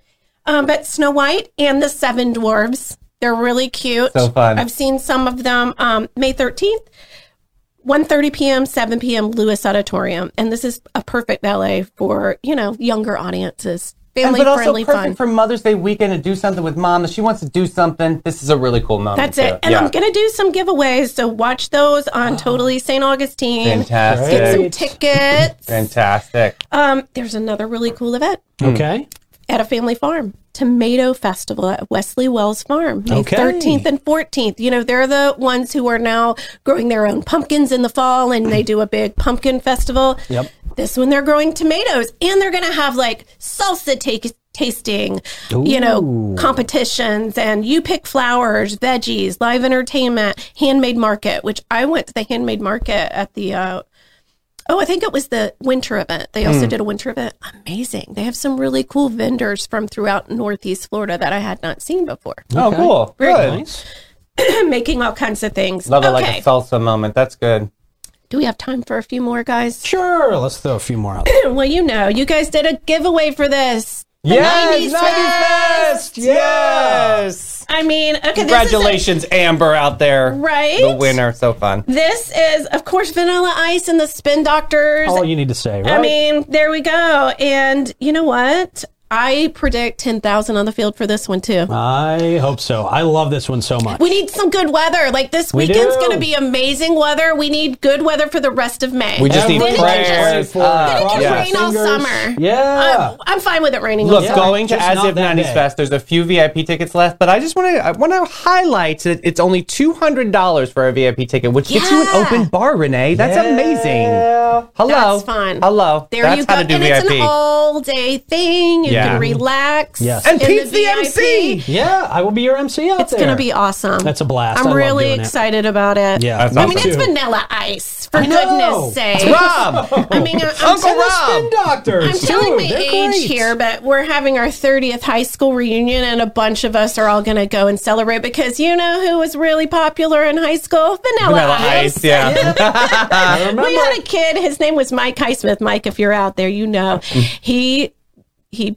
Speaker 3: Um, but Snow White and the Seven Dwarves, they're really cute.
Speaker 2: So fun.
Speaker 3: I've seen some of them. Um, May 13th, 1.30 p.m., 7 p.m., Lewis Auditorium. And this is a perfect ballet for, you know, younger audiences.
Speaker 2: And
Speaker 3: Family
Speaker 2: but also
Speaker 3: friendly
Speaker 2: perfect
Speaker 3: fun.
Speaker 2: for Mother's Day weekend to do something with mom. If she wants to do something, this is a really cool moment.
Speaker 3: That's
Speaker 2: too.
Speaker 3: it. And
Speaker 2: yeah.
Speaker 3: I'm going to do some giveaways. So watch those on Totally St. Augustine.
Speaker 2: Fantastic.
Speaker 3: Get some tickets.
Speaker 2: Fantastic.
Speaker 3: Um, there's another really cool event.
Speaker 2: Hmm.
Speaker 1: Okay.
Speaker 3: at a family farm tomato festival at wesley wells farm may
Speaker 1: Okay.
Speaker 3: 13th and 14th you know they're the ones who are now growing their own pumpkins in the fall and they do a big pumpkin festival
Speaker 1: Yep.
Speaker 3: this one they're growing tomatoes and they're gonna have like salsa ta- tasting you know
Speaker 1: Ooh.
Speaker 3: competitions and you pick flowers veggies live entertainment handmade market which i went to the handmade market at the uh, Oh, I think it was the winter event. They
Speaker 2: Hmm.
Speaker 3: also did a winter event. Amazing. They have some really cool vendors from throughout Northeast Florida that I had not seen before.
Speaker 2: Oh, cool.
Speaker 3: Very
Speaker 2: good.
Speaker 1: Nice.
Speaker 3: Making all kinds of things.
Speaker 2: Love it
Speaker 3: okay.
Speaker 2: like a salsa moment. That's good.
Speaker 3: Do we have time for a few more guys?
Speaker 1: Sure. Let's throw a few more out.
Speaker 3: well, you know, you guys did a giveaway for this. The 90s
Speaker 2: Fest. Yes.
Speaker 3: I mean, okay, This is
Speaker 2: Congratulations, Amber, out there.
Speaker 3: a- right?
Speaker 2: The winner. So fun.
Speaker 3: This is, of course, Vanilla Ice and the Spin Doctors.
Speaker 2: Oh,
Speaker 1: All you need to say, right?
Speaker 3: I mean, there we go. And you know what? I predict 10,000 on the field for this one, too.
Speaker 1: I hope so. I love this one so much.
Speaker 3: We need some good weather. Like this
Speaker 1: We
Speaker 3: weekend's
Speaker 1: do.
Speaker 3: going to be amazing weather. We need good weather for the rest of May.
Speaker 2: We just need
Speaker 1: Everybody
Speaker 3: Then it can
Speaker 2: prayers.
Speaker 3: just-
Speaker 1: pray for
Speaker 2: Uh,
Speaker 1: it.
Speaker 3: then it can
Speaker 1: Cross
Speaker 3: rain all
Speaker 1: fingers.
Speaker 3: summer.
Speaker 1: Yeah.
Speaker 3: I'm, I'm fine with it raining.
Speaker 2: Look,
Speaker 3: all summer.
Speaker 2: going to
Speaker 1: just
Speaker 2: As
Speaker 1: not
Speaker 2: If
Speaker 1: that
Speaker 2: 90s
Speaker 1: day.
Speaker 2: Fest, there's a few VIP tickets left, but I just want to I want to highlight that it's only $200 for a VIP ticket, which gets you an
Speaker 3: Yeah.
Speaker 2: open bar, Renee. That's
Speaker 1: Yeah.
Speaker 2: amazing. Hello.
Speaker 3: That's fun.
Speaker 2: Hello.
Speaker 3: There
Speaker 2: That's
Speaker 3: you go.
Speaker 2: how to do
Speaker 3: and
Speaker 2: VIP.
Speaker 3: it's an all day thing. You
Speaker 2: Yeah.
Speaker 3: can relax.
Speaker 1: Yes.
Speaker 2: And
Speaker 3: in
Speaker 2: Pete's the
Speaker 3: VIP.
Speaker 2: MC.
Speaker 1: Yeah, I will be your MC out
Speaker 3: It's
Speaker 1: there.
Speaker 3: going to be awesome.
Speaker 1: That's a blast. I
Speaker 3: I'm
Speaker 1: love
Speaker 3: really
Speaker 1: doing it.
Speaker 3: excited about it.
Speaker 1: Yeah,
Speaker 2: That's
Speaker 3: I mean,
Speaker 2: awesome.
Speaker 3: it's
Speaker 1: Me too.
Speaker 3: vanilla ice, for
Speaker 1: I know.
Speaker 3: goodness sake.
Speaker 2: Rob,
Speaker 3: I mean, I- I'm,
Speaker 2: Uncle
Speaker 1: And the
Speaker 2: Rob.
Speaker 1: spin doctors.
Speaker 3: I'm
Speaker 1: too.
Speaker 3: telling my
Speaker 1: They're
Speaker 3: age
Speaker 1: great.
Speaker 3: here, but we're having our 30th high school reunion, and a bunch of us are all going to go and celebrate because you know who was really popular in high school? Vanilla,
Speaker 2: Vanilla
Speaker 3: Ice.
Speaker 2: Ice, yeah.
Speaker 1: I remember.
Speaker 3: We had a kid. His name was Mike Highsmith. Mike, if you're out there, you know he he.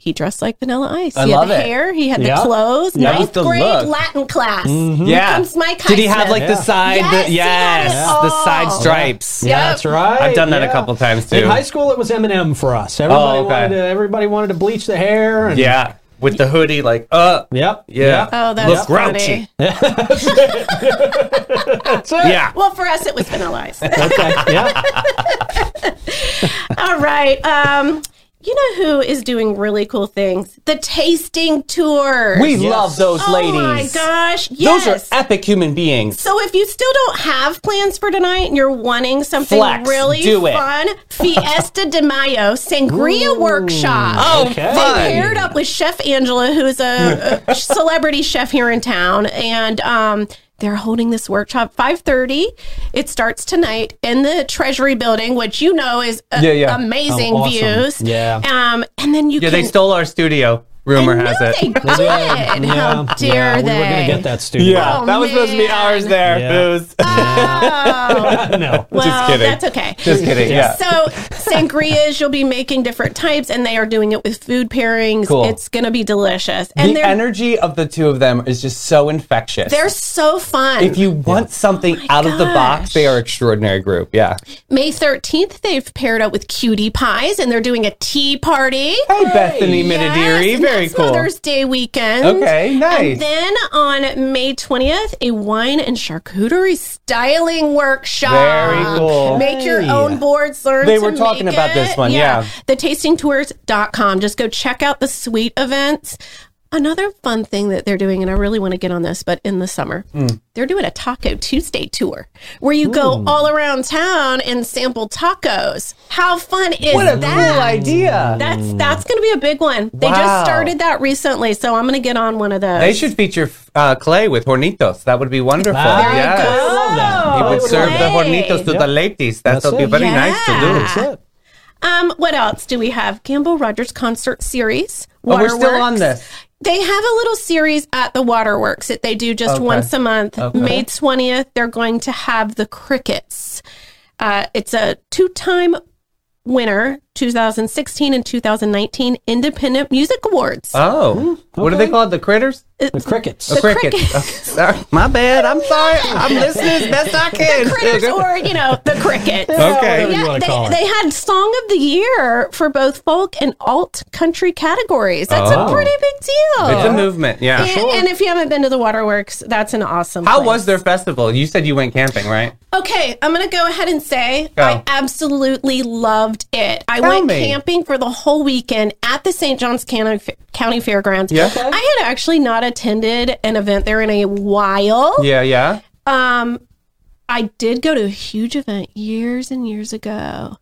Speaker 3: He dressed like Vanilla Ice.
Speaker 2: I
Speaker 3: he
Speaker 2: love it.
Speaker 3: had the hair. He had
Speaker 1: Yeah.
Speaker 3: the clothes.
Speaker 2: That was
Speaker 3: Ninth
Speaker 2: the
Speaker 3: grade
Speaker 2: look.
Speaker 3: Latin class.
Speaker 2: Yeah.
Speaker 3: Comes Mike
Speaker 2: Did he have
Speaker 3: Highsmith.
Speaker 2: like the
Speaker 1: Yeah.
Speaker 2: side?
Speaker 3: Yes,
Speaker 2: the,
Speaker 3: he had
Speaker 2: yes
Speaker 3: it
Speaker 2: the side
Speaker 3: all.
Speaker 2: stripes.
Speaker 1: Yeah, that's right.
Speaker 2: I've done that a
Speaker 1: yeah.
Speaker 2: couple times, too.
Speaker 1: In high school, it was Eminem for us. Everybody
Speaker 2: Oh, okay.
Speaker 1: wanted to. Everybody wanted to bleach the hair. And,
Speaker 2: Yeah, with the hoodie, like uh,
Speaker 1: Yep.
Speaker 2: Yeah.
Speaker 3: Oh, that's
Speaker 2: Look
Speaker 3: funny.
Speaker 2: grouchy.
Speaker 1: That's it.
Speaker 2: yeah.
Speaker 3: Well, for us, it was Vanilla Ice.
Speaker 1: Okay. Yeah.
Speaker 3: All right. Um, you know who is doing really cool things? The tasting tours.
Speaker 2: We
Speaker 1: Yes.
Speaker 2: love those
Speaker 3: oh
Speaker 2: ladies.
Speaker 3: my gosh!
Speaker 2: Those
Speaker 3: Yes.
Speaker 2: are epic human beings.
Speaker 3: so if you still don't have plans for tonight and you're wanting something
Speaker 2: Flex.
Speaker 3: really
Speaker 2: Do it.
Speaker 3: fun, Fiesta de Mayo Sangria Workshop.
Speaker 2: Oh,
Speaker 1: Okay.
Speaker 3: They
Speaker 2: fun.
Speaker 3: paired up with Chef Angela, who is a, a celebrity chef here in town, and um, they're holding this workshop 5.30 it starts tonight in the treasury building which you know is a-
Speaker 2: Yeah, yeah.
Speaker 3: amazing
Speaker 1: Oh, awesome.
Speaker 3: views
Speaker 1: Yeah.
Speaker 3: um, and then you
Speaker 2: Yeah,
Speaker 3: can
Speaker 2: they stole our studio. Rumor has
Speaker 3: no,
Speaker 2: it.
Speaker 3: they did. How
Speaker 1: Yeah.
Speaker 3: dare
Speaker 1: Yeah,
Speaker 3: they?
Speaker 1: We were gonna get that studio.
Speaker 3: Oh, man. Uh,
Speaker 2: there.
Speaker 1: Yeah.
Speaker 2: It was-
Speaker 3: Oh,
Speaker 1: No.
Speaker 3: well,
Speaker 2: kidding.
Speaker 3: that's okay.
Speaker 2: just kidding. Yeah.
Speaker 3: So sangrias, you'll be making different types, and they are doing it with food pairings.
Speaker 2: Cool.
Speaker 3: It's going to be delicious, and
Speaker 2: the
Speaker 3: they're
Speaker 2: energy of the two of them is just so infectious.
Speaker 3: they're so fun.
Speaker 2: if you want something out of the box,
Speaker 3: gosh.
Speaker 2: they are an extraordinary group. Yeah.
Speaker 3: May 13th, they've paired up with Cutie Pies and they're doing a tea party.
Speaker 2: Hey, Bethany
Speaker 3: Yes,
Speaker 2: Minadiri.
Speaker 3: and
Speaker 2: Very
Speaker 3: that's
Speaker 2: cool.
Speaker 3: Mother's Day weekend.
Speaker 2: Okay, nice.
Speaker 3: And then on May 20th, a wine and charcuterie styling workshop.
Speaker 2: Very cool.
Speaker 3: Make your
Speaker 1: Hey.
Speaker 3: own boards, learn
Speaker 2: They
Speaker 3: to
Speaker 2: were talking
Speaker 3: make
Speaker 2: about this
Speaker 3: it.
Speaker 2: one, yeah.
Speaker 3: Thetastingtours.com. Just go check out the sweet events. Another fun thing that they're doing, and I really want to get on this, but in the summer,
Speaker 2: Mm.
Speaker 3: they're doing a Taco Tuesday tour where you go all around town and sample tacos. How fun is
Speaker 2: what a
Speaker 3: that?
Speaker 2: cool idea.
Speaker 3: That's that's going to be a big one. They
Speaker 2: Wow.
Speaker 3: just started that recently, so I'm going to get on one of those.
Speaker 2: they should feature uh, Clay with Hornitos. That would be wonderful.
Speaker 1: Ah,
Speaker 3: There you
Speaker 2: Yes.
Speaker 3: go.
Speaker 1: I love that.
Speaker 2: He
Speaker 1: I
Speaker 2: would
Speaker 3: Oh,
Speaker 2: serve the
Speaker 3: Clay.
Speaker 2: Hornitos to
Speaker 1: Yeah.
Speaker 2: the ladies. That
Speaker 1: That's
Speaker 2: would be
Speaker 1: it.
Speaker 2: very
Speaker 3: Yeah.
Speaker 2: nice to do.
Speaker 1: That's it.
Speaker 3: Um, what else do we have? Gamble Rogers concert series.
Speaker 2: Oh, we're still
Speaker 3: Waterworks.
Speaker 2: on this.
Speaker 3: They have a little series at the Waterworks that they do just
Speaker 2: Okay.
Speaker 3: once a month. May 20th, they're going to have the Crickets. Uh, it's a two time winner, 2016 and 2019 Independent Music Awards.
Speaker 2: Oh, what are they called? The critters?
Speaker 1: The crickets.
Speaker 2: The crickets. Okay, sorry. My bad. I'm sorry. I'm listening as best I can.
Speaker 3: Critters or, you know, the Crickets.
Speaker 2: Okay.
Speaker 1: Whatever you
Speaker 3: Yeah,
Speaker 1: want to call
Speaker 3: they,
Speaker 1: it.
Speaker 3: they had Song of the Year for both folk and alt country categories. That's
Speaker 2: Oh.
Speaker 3: a pretty big deal.
Speaker 2: It's a movement. Yeah.
Speaker 3: And, and if you haven't been to the waterworks, that's an awesome.
Speaker 2: How
Speaker 3: place.
Speaker 2: was their festival? You said you went camping, right?
Speaker 3: Okay, I'm gonna go ahead and say
Speaker 2: Go.
Speaker 3: I absolutely loved it. I
Speaker 2: Tell
Speaker 3: went
Speaker 2: me.
Speaker 3: camping for the whole weekend at the St. Johns County, County Fairgrounds.
Speaker 2: Yeah. Okay.
Speaker 3: I had actually not attended an event there in a while.
Speaker 2: Yeah, yeah.
Speaker 3: Um, I did go to a huge event years and years ago.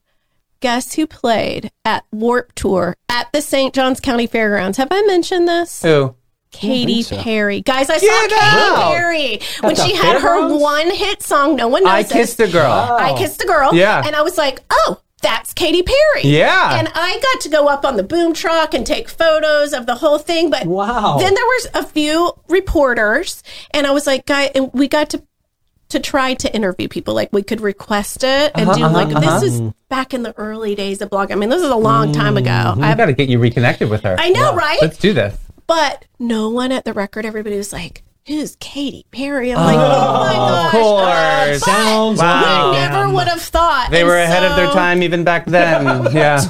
Speaker 3: Guess who played at Warp Tour at the St. Johns County Fairgrounds? Have I mentioned this?
Speaker 2: Who?
Speaker 3: Katy
Speaker 1: so.
Speaker 3: Perry. Guys, I
Speaker 2: Get
Speaker 3: saw
Speaker 2: out!
Speaker 3: Katy Perry when
Speaker 1: the
Speaker 3: she had her
Speaker 1: Fairgrounds?
Speaker 3: one hit song. No one knows
Speaker 2: I
Speaker 3: this.
Speaker 2: kissed a girl.
Speaker 3: I kissed a girl.
Speaker 2: Oh. Yeah.
Speaker 3: And I was like, oh, that's Katy Perry.
Speaker 2: Yeah.
Speaker 3: And I got to go up on the boom truck and take photos of the whole thing. But
Speaker 1: Wow.
Speaker 3: then there was a few reporters, and I was like, guy, and we got to to try to interview people. Like we could request it and
Speaker 2: Uh-huh,
Speaker 3: do like this is back in the early days of blog. I mean, this is a long time ago.
Speaker 2: I
Speaker 3: I,
Speaker 2: got to get you reconnected with her.
Speaker 3: I know, right?
Speaker 2: Let's do this.
Speaker 3: But no one at the record, everybody was like, Who's Katy Perry? I'm like, oh my gosh.
Speaker 2: course.
Speaker 3: But
Speaker 1: Sounds
Speaker 2: Wow.
Speaker 3: I
Speaker 1: like
Speaker 3: never
Speaker 1: them.
Speaker 3: would have thought.
Speaker 2: They
Speaker 3: And
Speaker 2: were ahead of their
Speaker 3: so-
Speaker 2: time even back then. Yeah.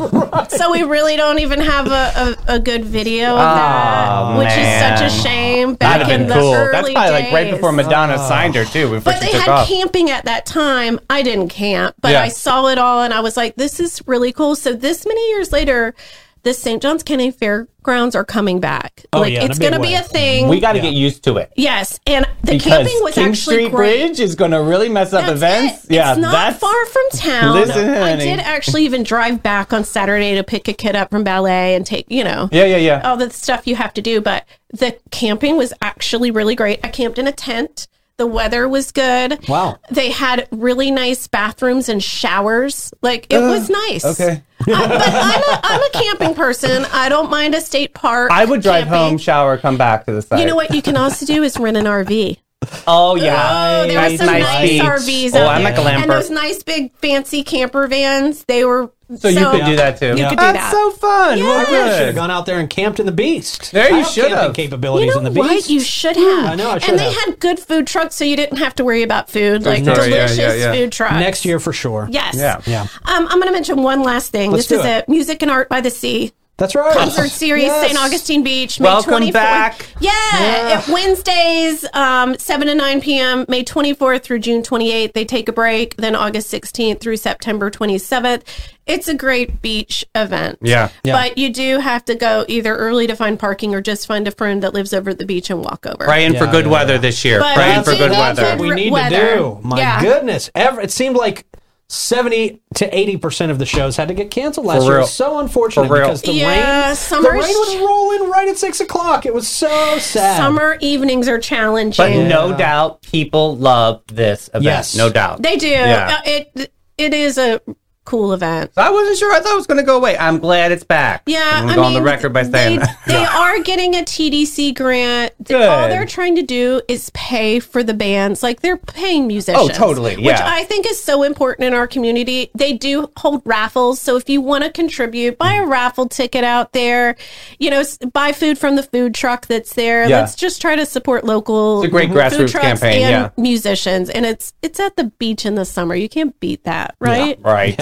Speaker 3: So we really don't even have a, a, a good video of that,
Speaker 2: Oh,
Speaker 3: which
Speaker 2: man.
Speaker 3: is such a shame.
Speaker 2: That'd
Speaker 3: Back
Speaker 2: have
Speaker 3: in
Speaker 2: been
Speaker 3: the
Speaker 2: cool.
Speaker 3: early
Speaker 2: That's probably like right
Speaker 3: days.
Speaker 2: before Madonna signed her too. Before
Speaker 3: But
Speaker 2: she
Speaker 3: they
Speaker 2: took
Speaker 3: had
Speaker 2: off.
Speaker 3: camping at that time. I didn't camp, but
Speaker 2: Yeah.
Speaker 3: I saw it all and I was like, this is really cool. So this many years later, the St. John's County Fairgrounds are coming back.
Speaker 1: Oh,
Speaker 3: like
Speaker 1: yeah, in a
Speaker 3: it's
Speaker 1: big
Speaker 3: going to be
Speaker 1: way.
Speaker 3: a thing.
Speaker 2: We got to
Speaker 1: Yeah.
Speaker 2: get used to it.
Speaker 3: yes, and the
Speaker 2: Because
Speaker 3: camping was
Speaker 2: King
Speaker 3: actually
Speaker 2: Street
Speaker 3: great.
Speaker 2: Bridge is going to really mess up
Speaker 3: That's
Speaker 2: events.
Speaker 3: it.
Speaker 2: Yeah,
Speaker 3: it's not
Speaker 2: that's
Speaker 3: far from town.
Speaker 2: Listen,
Speaker 3: I
Speaker 2: honey.
Speaker 3: did actually even drive back on Saturday to pick a kid up from ballet and take, you know,
Speaker 2: Yeah, yeah, yeah.
Speaker 3: all the stuff you have to do. But the camping was actually really great. I camped in a tent. The weather was good.
Speaker 1: Wow.
Speaker 3: They had really nice bathrooms and showers. Like it was nice.
Speaker 2: okay.
Speaker 3: I, but I'm a, I'm a camping person. I don't mind a state park.
Speaker 2: I would drive
Speaker 3: camping.
Speaker 2: home, shower, come back to the site.
Speaker 3: You know what you can also do is rent an RV.
Speaker 2: Oh yeah,
Speaker 3: Oh, there were some nice,
Speaker 2: beach.
Speaker 3: RVs.
Speaker 2: Oh,
Speaker 3: out
Speaker 2: I'm
Speaker 3: there.
Speaker 2: a
Speaker 3: And those
Speaker 2: glamper.
Speaker 3: nice big fancy camper vans. They were
Speaker 2: So you could do that too.
Speaker 3: You
Speaker 1: Yeah.
Speaker 3: could do
Speaker 2: That's
Speaker 3: that.
Speaker 2: so fun.
Speaker 1: I
Speaker 2: Well,
Speaker 1: really should have
Speaker 2: good.
Speaker 1: gone out there and camped in the beast.
Speaker 2: There
Speaker 1: I
Speaker 2: you
Speaker 1: have
Speaker 2: should
Speaker 1: camping
Speaker 2: have.
Speaker 1: Capabilities in the beast.
Speaker 3: What you should have.
Speaker 1: I know, I should
Speaker 3: and they
Speaker 1: have.
Speaker 3: had good food trucks, so you didn't have to worry about food, like
Speaker 2: no- yeah, yeah,
Speaker 3: delicious
Speaker 2: yeah.
Speaker 3: food trucks.
Speaker 1: Next year for sure.
Speaker 3: yes.
Speaker 2: Yeah.
Speaker 1: Yeah.
Speaker 3: Um, I'm going to mention one last thing.
Speaker 1: Let's
Speaker 3: this
Speaker 1: do
Speaker 3: is
Speaker 1: it.
Speaker 3: a music and art by the sea
Speaker 1: That's right.
Speaker 3: concert series,
Speaker 1: Yes.
Speaker 3: St. Augustine Beach, May
Speaker 2: Welcome
Speaker 3: 24th.
Speaker 2: back.
Speaker 3: Yeah, it- Wednesdays, um, 7 to 9 p.m., May 24th through June 28th. They take a break, then August 16th through September 27th. It's a great beach event.
Speaker 2: Yeah.
Speaker 1: Yeah.
Speaker 3: But you do have to go either early to find parking or just find a friend that lives over at the beach and walk over.
Speaker 2: Praying for
Speaker 1: Yeah,
Speaker 2: good
Speaker 1: yeah,
Speaker 2: weather this year.
Speaker 3: But
Speaker 2: Praying for
Speaker 3: see,
Speaker 2: good
Speaker 3: that's
Speaker 2: weather.
Speaker 1: That's what we need
Speaker 3: Weather.
Speaker 1: to do. My
Speaker 3: Yeah.
Speaker 1: goodness. Ever, it seemed like 70 to 80% of the shows had to get canceled last
Speaker 2: For
Speaker 1: year. It
Speaker 2: real.
Speaker 1: was so unfortunate
Speaker 2: For real.
Speaker 1: because the
Speaker 3: Yeah,
Speaker 1: rain the
Speaker 3: summer
Speaker 1: rain
Speaker 3: is-
Speaker 1: was rolling right at 6 o'clock. It was so sad.
Speaker 3: Summer evenings are challenging.
Speaker 2: But no doubt, people love this event.
Speaker 1: Yes.
Speaker 2: No doubt.
Speaker 3: They do.
Speaker 2: Yeah.
Speaker 3: Uh, it it is a cool event.
Speaker 2: I wasn't sure. I thought it was going to go away. I'm glad it's back.
Speaker 3: Yeah,
Speaker 2: I'm
Speaker 3: I
Speaker 2: going on the
Speaker 3: mean,
Speaker 2: record by saying
Speaker 3: they,
Speaker 2: that.
Speaker 3: they are getting a TDC grant. Th- All
Speaker 2: Good.
Speaker 3: they're trying to do is pay for the bands, like they're paying musicians.
Speaker 2: Oh, totally,
Speaker 3: Which
Speaker 2: yeah.
Speaker 3: I think is so important in our community. They do hold raffles, so if you want to contribute, buy a raffle ticket out there. You know, s- buy food from the food truck that's there.
Speaker 2: Yeah.
Speaker 3: Let's just try to support local.
Speaker 2: It's a great
Speaker 3: food
Speaker 2: grassroots
Speaker 3: trucks
Speaker 2: campaign,
Speaker 3: and
Speaker 2: yeah.
Speaker 3: musicians, and it's it's at the beach in the summer. You can't beat that, right?
Speaker 2: Right.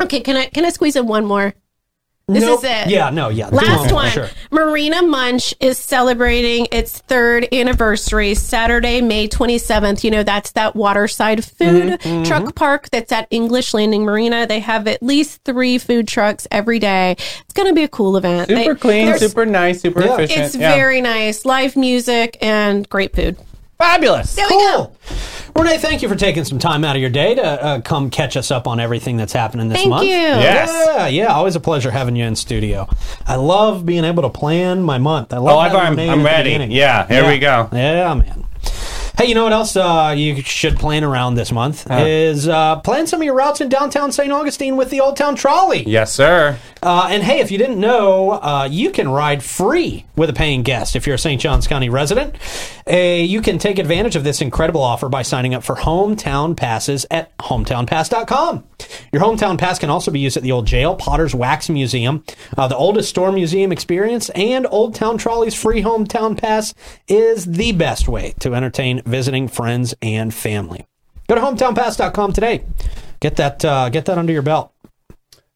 Speaker 3: Okay, can I can I squeeze in one more? This
Speaker 1: Nope.
Speaker 3: is it.
Speaker 1: Yeah, no, yeah.
Speaker 3: Last
Speaker 1: Sure.
Speaker 3: one. Marina Munch is celebrating its third anniversary Saturday, May 27th. You know, that's that waterside food
Speaker 1: Mm-hmm.
Speaker 3: truck park that's at English Landing Marina. They have at least three food trucks every day. It's going to be a cool event.
Speaker 2: Super
Speaker 3: They-
Speaker 2: clean,
Speaker 3: there's-
Speaker 2: super nice, super
Speaker 1: Yeah.
Speaker 2: efficient.
Speaker 3: It's
Speaker 2: Yeah.
Speaker 3: very nice. Live music and great food.
Speaker 2: fabulous.
Speaker 3: There we go.
Speaker 1: Cool. Renee, thank you for taking some time out of your day to uh, come catch us up on everything that's happening this
Speaker 3: Thank
Speaker 1: month.
Speaker 3: you.
Speaker 2: Yes.
Speaker 1: Yeah, yeah. Always a pleasure having you in studio. I love being able to plan my month. I love
Speaker 2: Oh, I've-
Speaker 1: having
Speaker 2: I'm-
Speaker 1: Renee
Speaker 2: I'm
Speaker 1: at the
Speaker 2: ready.
Speaker 1: beginning.
Speaker 2: Yeah, here we go.
Speaker 1: Yeah, man. Hey, you know what else uh, you should plan around this month is uh, plan some of your routes in downtown St. Augustine with the Old Town Trolley.
Speaker 2: Yes, sir.
Speaker 1: Uh, and hey, if you didn't know, uh, you can ride free with a paying guest if you're a St. Johns County resident. Uh, you can take advantage of this incredible offer by signing up for hometown passes at hometownpass.com. Your hometown pass can also be used at the old jail, Potter's Wax Museum, uh, the oldest store museum experience, and Old Town Trolley's free hometown pass is the best way to entertain visiting friends and family. Go to hometownpass.com today. Get that uh, get that under your belt.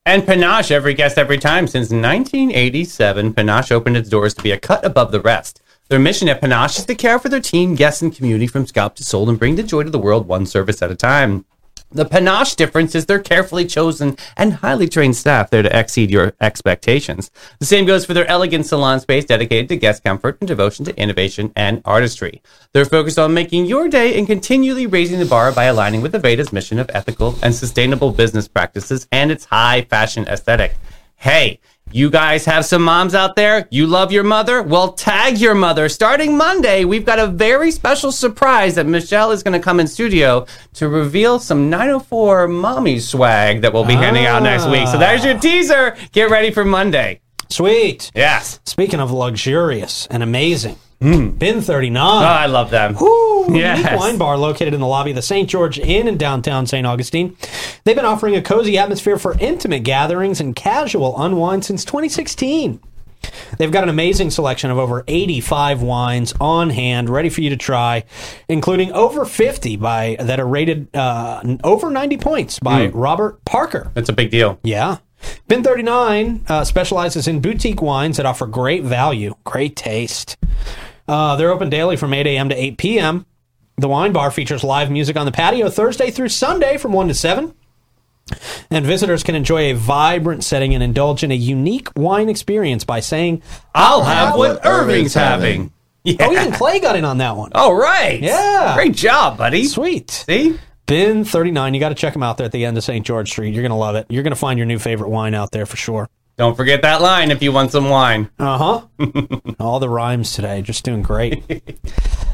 Speaker 2: And Panache, every guest, every time. Since 1987, Panache opened its doors to be a cut above the rest. Their mission at Panache is to care for their team, guests, and community from scalp to soul and bring the joy to the world one service at a time. The Panache difference is their carefully chosen and highly trained staff there to exceed your expectations. The same goes for their elegant salon space dedicated to guest comfort and devotion to innovation and artistry. They're focused on making your day and continually raising the bar by aligning with Aveda's mission of ethical and sustainable business practices and its high fashion aesthetic. Hey, you guys have some moms out there? You love your mother? Well, tag your mother. Starting Monday, we've got a very special surprise that Michelle is going to come in studio to reveal some 904 mommy swag that we'll be handing out next week. So there's your teaser. Get ready for Monday.
Speaker 1: Sweet.
Speaker 2: Yes.
Speaker 1: Speaking of luxurious and amazing, Bin
Speaker 2: Oh,
Speaker 1: 39.
Speaker 2: I love them.
Speaker 1: Woo! Unique
Speaker 2: Yes.
Speaker 1: wine bar located in the lobby of the St. George Inn in downtown St. Augustine. They've been offering a cozy atmosphere for intimate gatherings and casual unwind since 2016. They've got an amazing selection of over 85 wines on hand, ready for you to try, including over 50 by that are rated uh, over 90 points by Robert Parker.
Speaker 2: That's a big deal.
Speaker 1: Yeah. Bin 39 uh, specializes in boutique wines that offer great value, great taste. Uh, they're open daily from 8 a.m. to 8 p.m. The wine bar features live music on the patio Thursday through Sunday from 1 to 7. And visitors can enjoy a vibrant setting and indulge in a unique wine experience by saying,
Speaker 2: I'll have what
Speaker 4: what
Speaker 2: Irving's
Speaker 4: Irving's
Speaker 2: having.
Speaker 1: Oh, even Clay got in on that one.
Speaker 2: All right.
Speaker 1: Yeah.
Speaker 2: Great job, buddy.
Speaker 1: Sweet.
Speaker 2: See?
Speaker 1: Bin 39. You got to check them out there at the end of St. George Street. You're going to love it. You're going to find your new favorite wine out there for sure.
Speaker 2: Don't forget that line if you want some wine.
Speaker 1: Uh huh. All the rhymes today. Just doing great.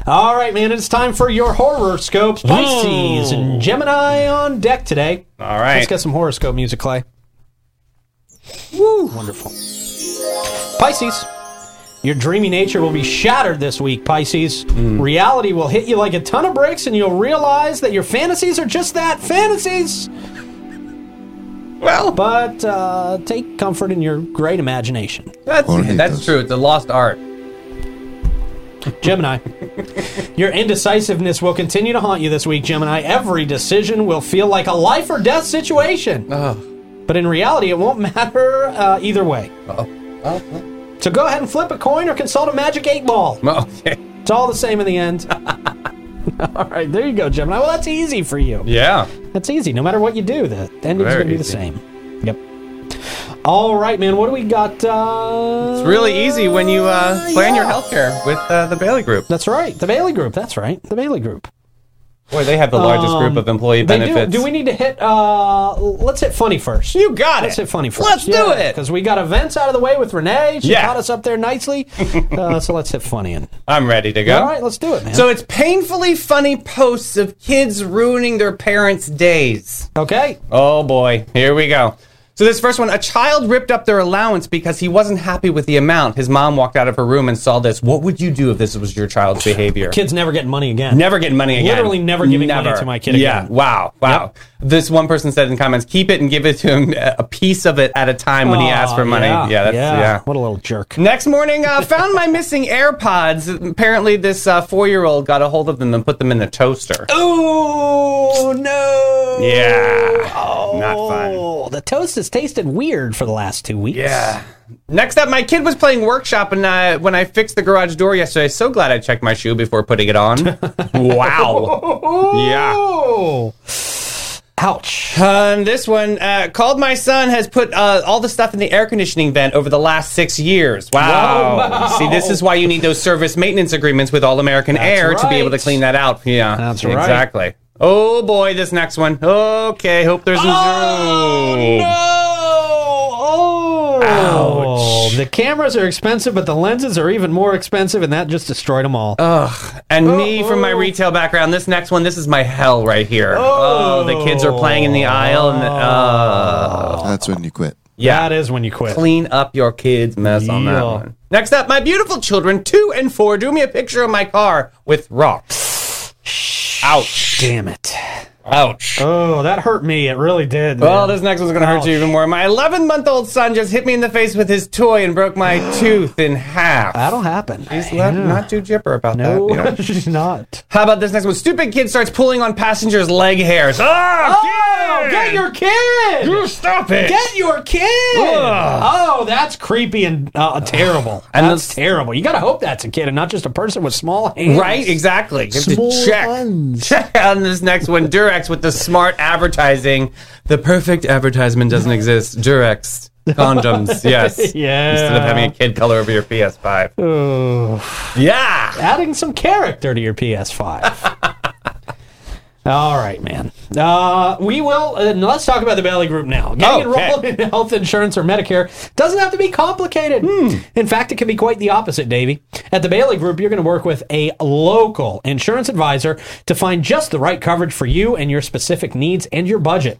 Speaker 1: All right, man. It's time for your horoscopes. Pisces and Gemini on deck today.
Speaker 2: All right.
Speaker 1: Let's get some horoscope music, Clay. Woo! Wonderful. Pisces. Your dreamy nature will be shattered this week, Pisces.
Speaker 2: Mm.
Speaker 1: Reality will hit you like a ton of bricks, and you'll realize that your fantasies are just that fantasies.
Speaker 2: Well,
Speaker 1: But uh, take comfort in your great imagination.
Speaker 2: that's,
Speaker 4: Or he
Speaker 2: that's
Speaker 4: does.
Speaker 2: true. It's a lost art.
Speaker 1: Gemini, your indecisiveness will continue to haunt you this week, Gemini. Every decision will feel like a life or death situation.
Speaker 2: Uh-huh.
Speaker 1: But in reality, it won't matter uh, either way. So go ahead and flip a coin or consult a magic eight ball.
Speaker 2: Well, Okay.
Speaker 1: It's all the same in the end. all right, there you go, Gemini. Well, that's easy for you.
Speaker 2: Yeah.
Speaker 1: That's easy. No matter what you do, the ending's
Speaker 2: Very
Speaker 1: going to be the
Speaker 2: easy.
Speaker 1: same. Yep. All right, man. What do we got? Uh,
Speaker 2: It's really e- easy when you uh, plan your
Speaker 1: yeah.
Speaker 2: healthcare with uh, the Bailey Group.
Speaker 1: That's right. The Bailey Group. That's right. The Bailey Group.
Speaker 2: Boy, they have the largest group of employee
Speaker 1: Um, They
Speaker 2: benefits.
Speaker 1: Do, do we need to hit? Uh, let's hit funny first.
Speaker 2: You got
Speaker 1: Let's
Speaker 2: it.
Speaker 1: hit funny first.
Speaker 2: Let's do it.
Speaker 1: because we got events out of the way with Renee. She
Speaker 2: Yeah.
Speaker 1: caught us up there nicely. uh, so let's hit funny in.
Speaker 2: I'm ready to go.
Speaker 1: All right, let's do it, man.
Speaker 2: So it's painfully funny posts of kids ruining their parents' days.
Speaker 1: okay,
Speaker 2: Oh boy, here we go. So this first one, a child ripped up their allowance because he wasn't happy with the amount. His mom walked out of her room and saw this. What would you do if this was your child's behavior?
Speaker 1: kids never getting money again.
Speaker 2: Never getting money again.
Speaker 1: Literally never giving money to my kid
Speaker 2: yeah.
Speaker 1: again.
Speaker 2: Wow. Wow. This one person said in comments, keep it and give it to him uh, a piece of it at a time when he
Speaker 1: Aw,
Speaker 2: asks for money. Yeah. that's, yeah.
Speaker 1: What a little jerk.
Speaker 2: Next morning, uh, found my missing AirPods. Apparently, this uh, four-year-old got a hold of them and put them in the toaster.
Speaker 1: Oh no!
Speaker 2: Yeah. Not fun.
Speaker 1: Oh, the toast has tasted weird for the last two weeks.
Speaker 2: Yeah. Next up, my kid was playing workshop, and uh, when I fixed the garage door yesterday, so glad I checked my shoe before putting it on. wow. Yeah.
Speaker 1: Oh. Ouch.
Speaker 2: Um, this one uh, called my son has put uh, all the stuff in the air conditioning vent over the last six years. Wow. See, this is why you need those service maintenance agreements with All American Air to be able to
Speaker 1: right.
Speaker 2: clean that out. Yeah.
Speaker 1: That's right.
Speaker 2: Exactly. Oh boy, this next one. Okay, hope there's
Speaker 1: Oh,
Speaker 2: no.
Speaker 1: Oh,
Speaker 2: Oh!
Speaker 1: The cameras are expensive, but the lenses are even more expensive, and that just destroyed them all.
Speaker 2: Oh, And me from my retail background, this next one, this is my hell right here. Oh, the kids are playing in the aisle, and uh,
Speaker 4: That's when you quit.
Speaker 2: yeah,
Speaker 1: That is when you quit.
Speaker 2: clean up your kids' mess on that
Speaker 1: Yeah.
Speaker 2: one. Next up, my beautiful children, two and four, drew me a picture of my car with rocks. Ouch!
Speaker 1: Damn it.
Speaker 2: Ouch!
Speaker 1: Oh, that hurt me. It really did.
Speaker 2: Well,
Speaker 1: man.
Speaker 2: this next one's gonna hurt you even more. My 11 month old son just hit me in the face with his toy and broke my tooth in half.
Speaker 1: That'll happen.
Speaker 2: He's not, not too jipper about
Speaker 1: no,
Speaker 2: that.
Speaker 1: she's not.
Speaker 2: How about this next one? Stupid kid starts pulling on passengers' leg hairs. Ah,
Speaker 1: Oh,
Speaker 2: kid!
Speaker 1: get your kid!
Speaker 2: Stop it!
Speaker 1: Get your kid! Oh, that's creepy and uh, terrible.
Speaker 2: And
Speaker 1: that's
Speaker 2: this-
Speaker 1: terrible. You gotta hope that's a kid and not just a person with small hands.
Speaker 2: right, exactly. You have
Speaker 4: Small
Speaker 2: to check.
Speaker 4: ones.
Speaker 2: Check on this next one. Durex with the smart advertising. The perfect advertisement doesn't exist. Durex. Condoms, yes.
Speaker 1: Yeah.
Speaker 2: Instead of having a kid color over your PS5. Yeah.
Speaker 1: adding some character to your PS5. All right, man. Uh, we will. Uh, now let's talk about the Bailey Group now. Getting
Speaker 2: Okay.
Speaker 1: enrolled in health insurance or Medicare doesn't have to be complicated. In fact, it can be quite the opposite, Davey. At the Bailey Group, you're going to work with a local insurance advisor to find just the right coverage for you and your specific needs and your budget.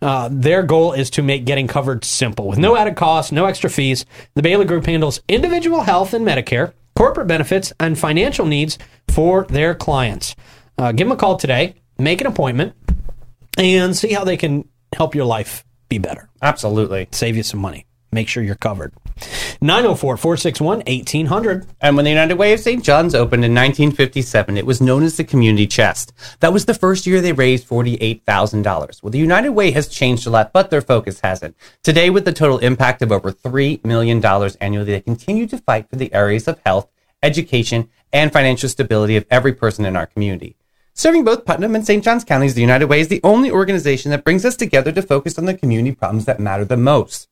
Speaker 1: Uh, their goal is to make getting covered simple with no added cost, no extra fees. The Bailey Group handles individual health and Medicare, corporate benefits, and financial needs for their clients. Uh, give them a call today, make an appointment, and see how they can help your life be better,
Speaker 2: Absolutely.
Speaker 1: save you some money, make sure you're covered. 904 461 1800.
Speaker 2: And when the United Way of St. John's opened in 1957, it was known as the Community Chest. That was the first year they raised $48,000. Well, the United Way has changed a lot, but their focus hasn't. Today, with the total impact of over $3 million annually, they continue to fight for the areas of health, education, and financial stability of every person in our community. Serving both Putnam and St. John's counties, the United Way is the only organization that brings us together to focus on the community problems that matter the most.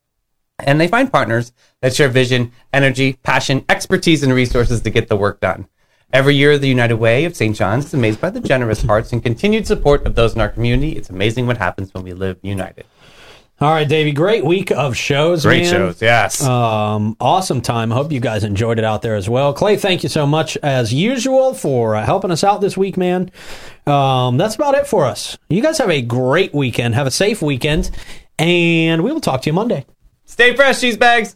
Speaker 2: And they find partners that share vision, energy, passion, expertise, and resources to get the work done. Every year, the United Way of St. John's is amazed by the generous hearts and continued support of those in our community. It's amazing what happens when we live united.
Speaker 1: All right, Davey. Great week of shows.
Speaker 2: Great
Speaker 1: man.
Speaker 2: shows, yes.
Speaker 1: Um, awesome time. Hope you guys enjoyed it out there as well. Clay, thank you so much as usual for uh, helping us out this week, man. Um, that's about it for us. You guys have a great weekend. Have a safe weekend, and we will talk to you Monday.
Speaker 2: Stay fresh, cheese bags.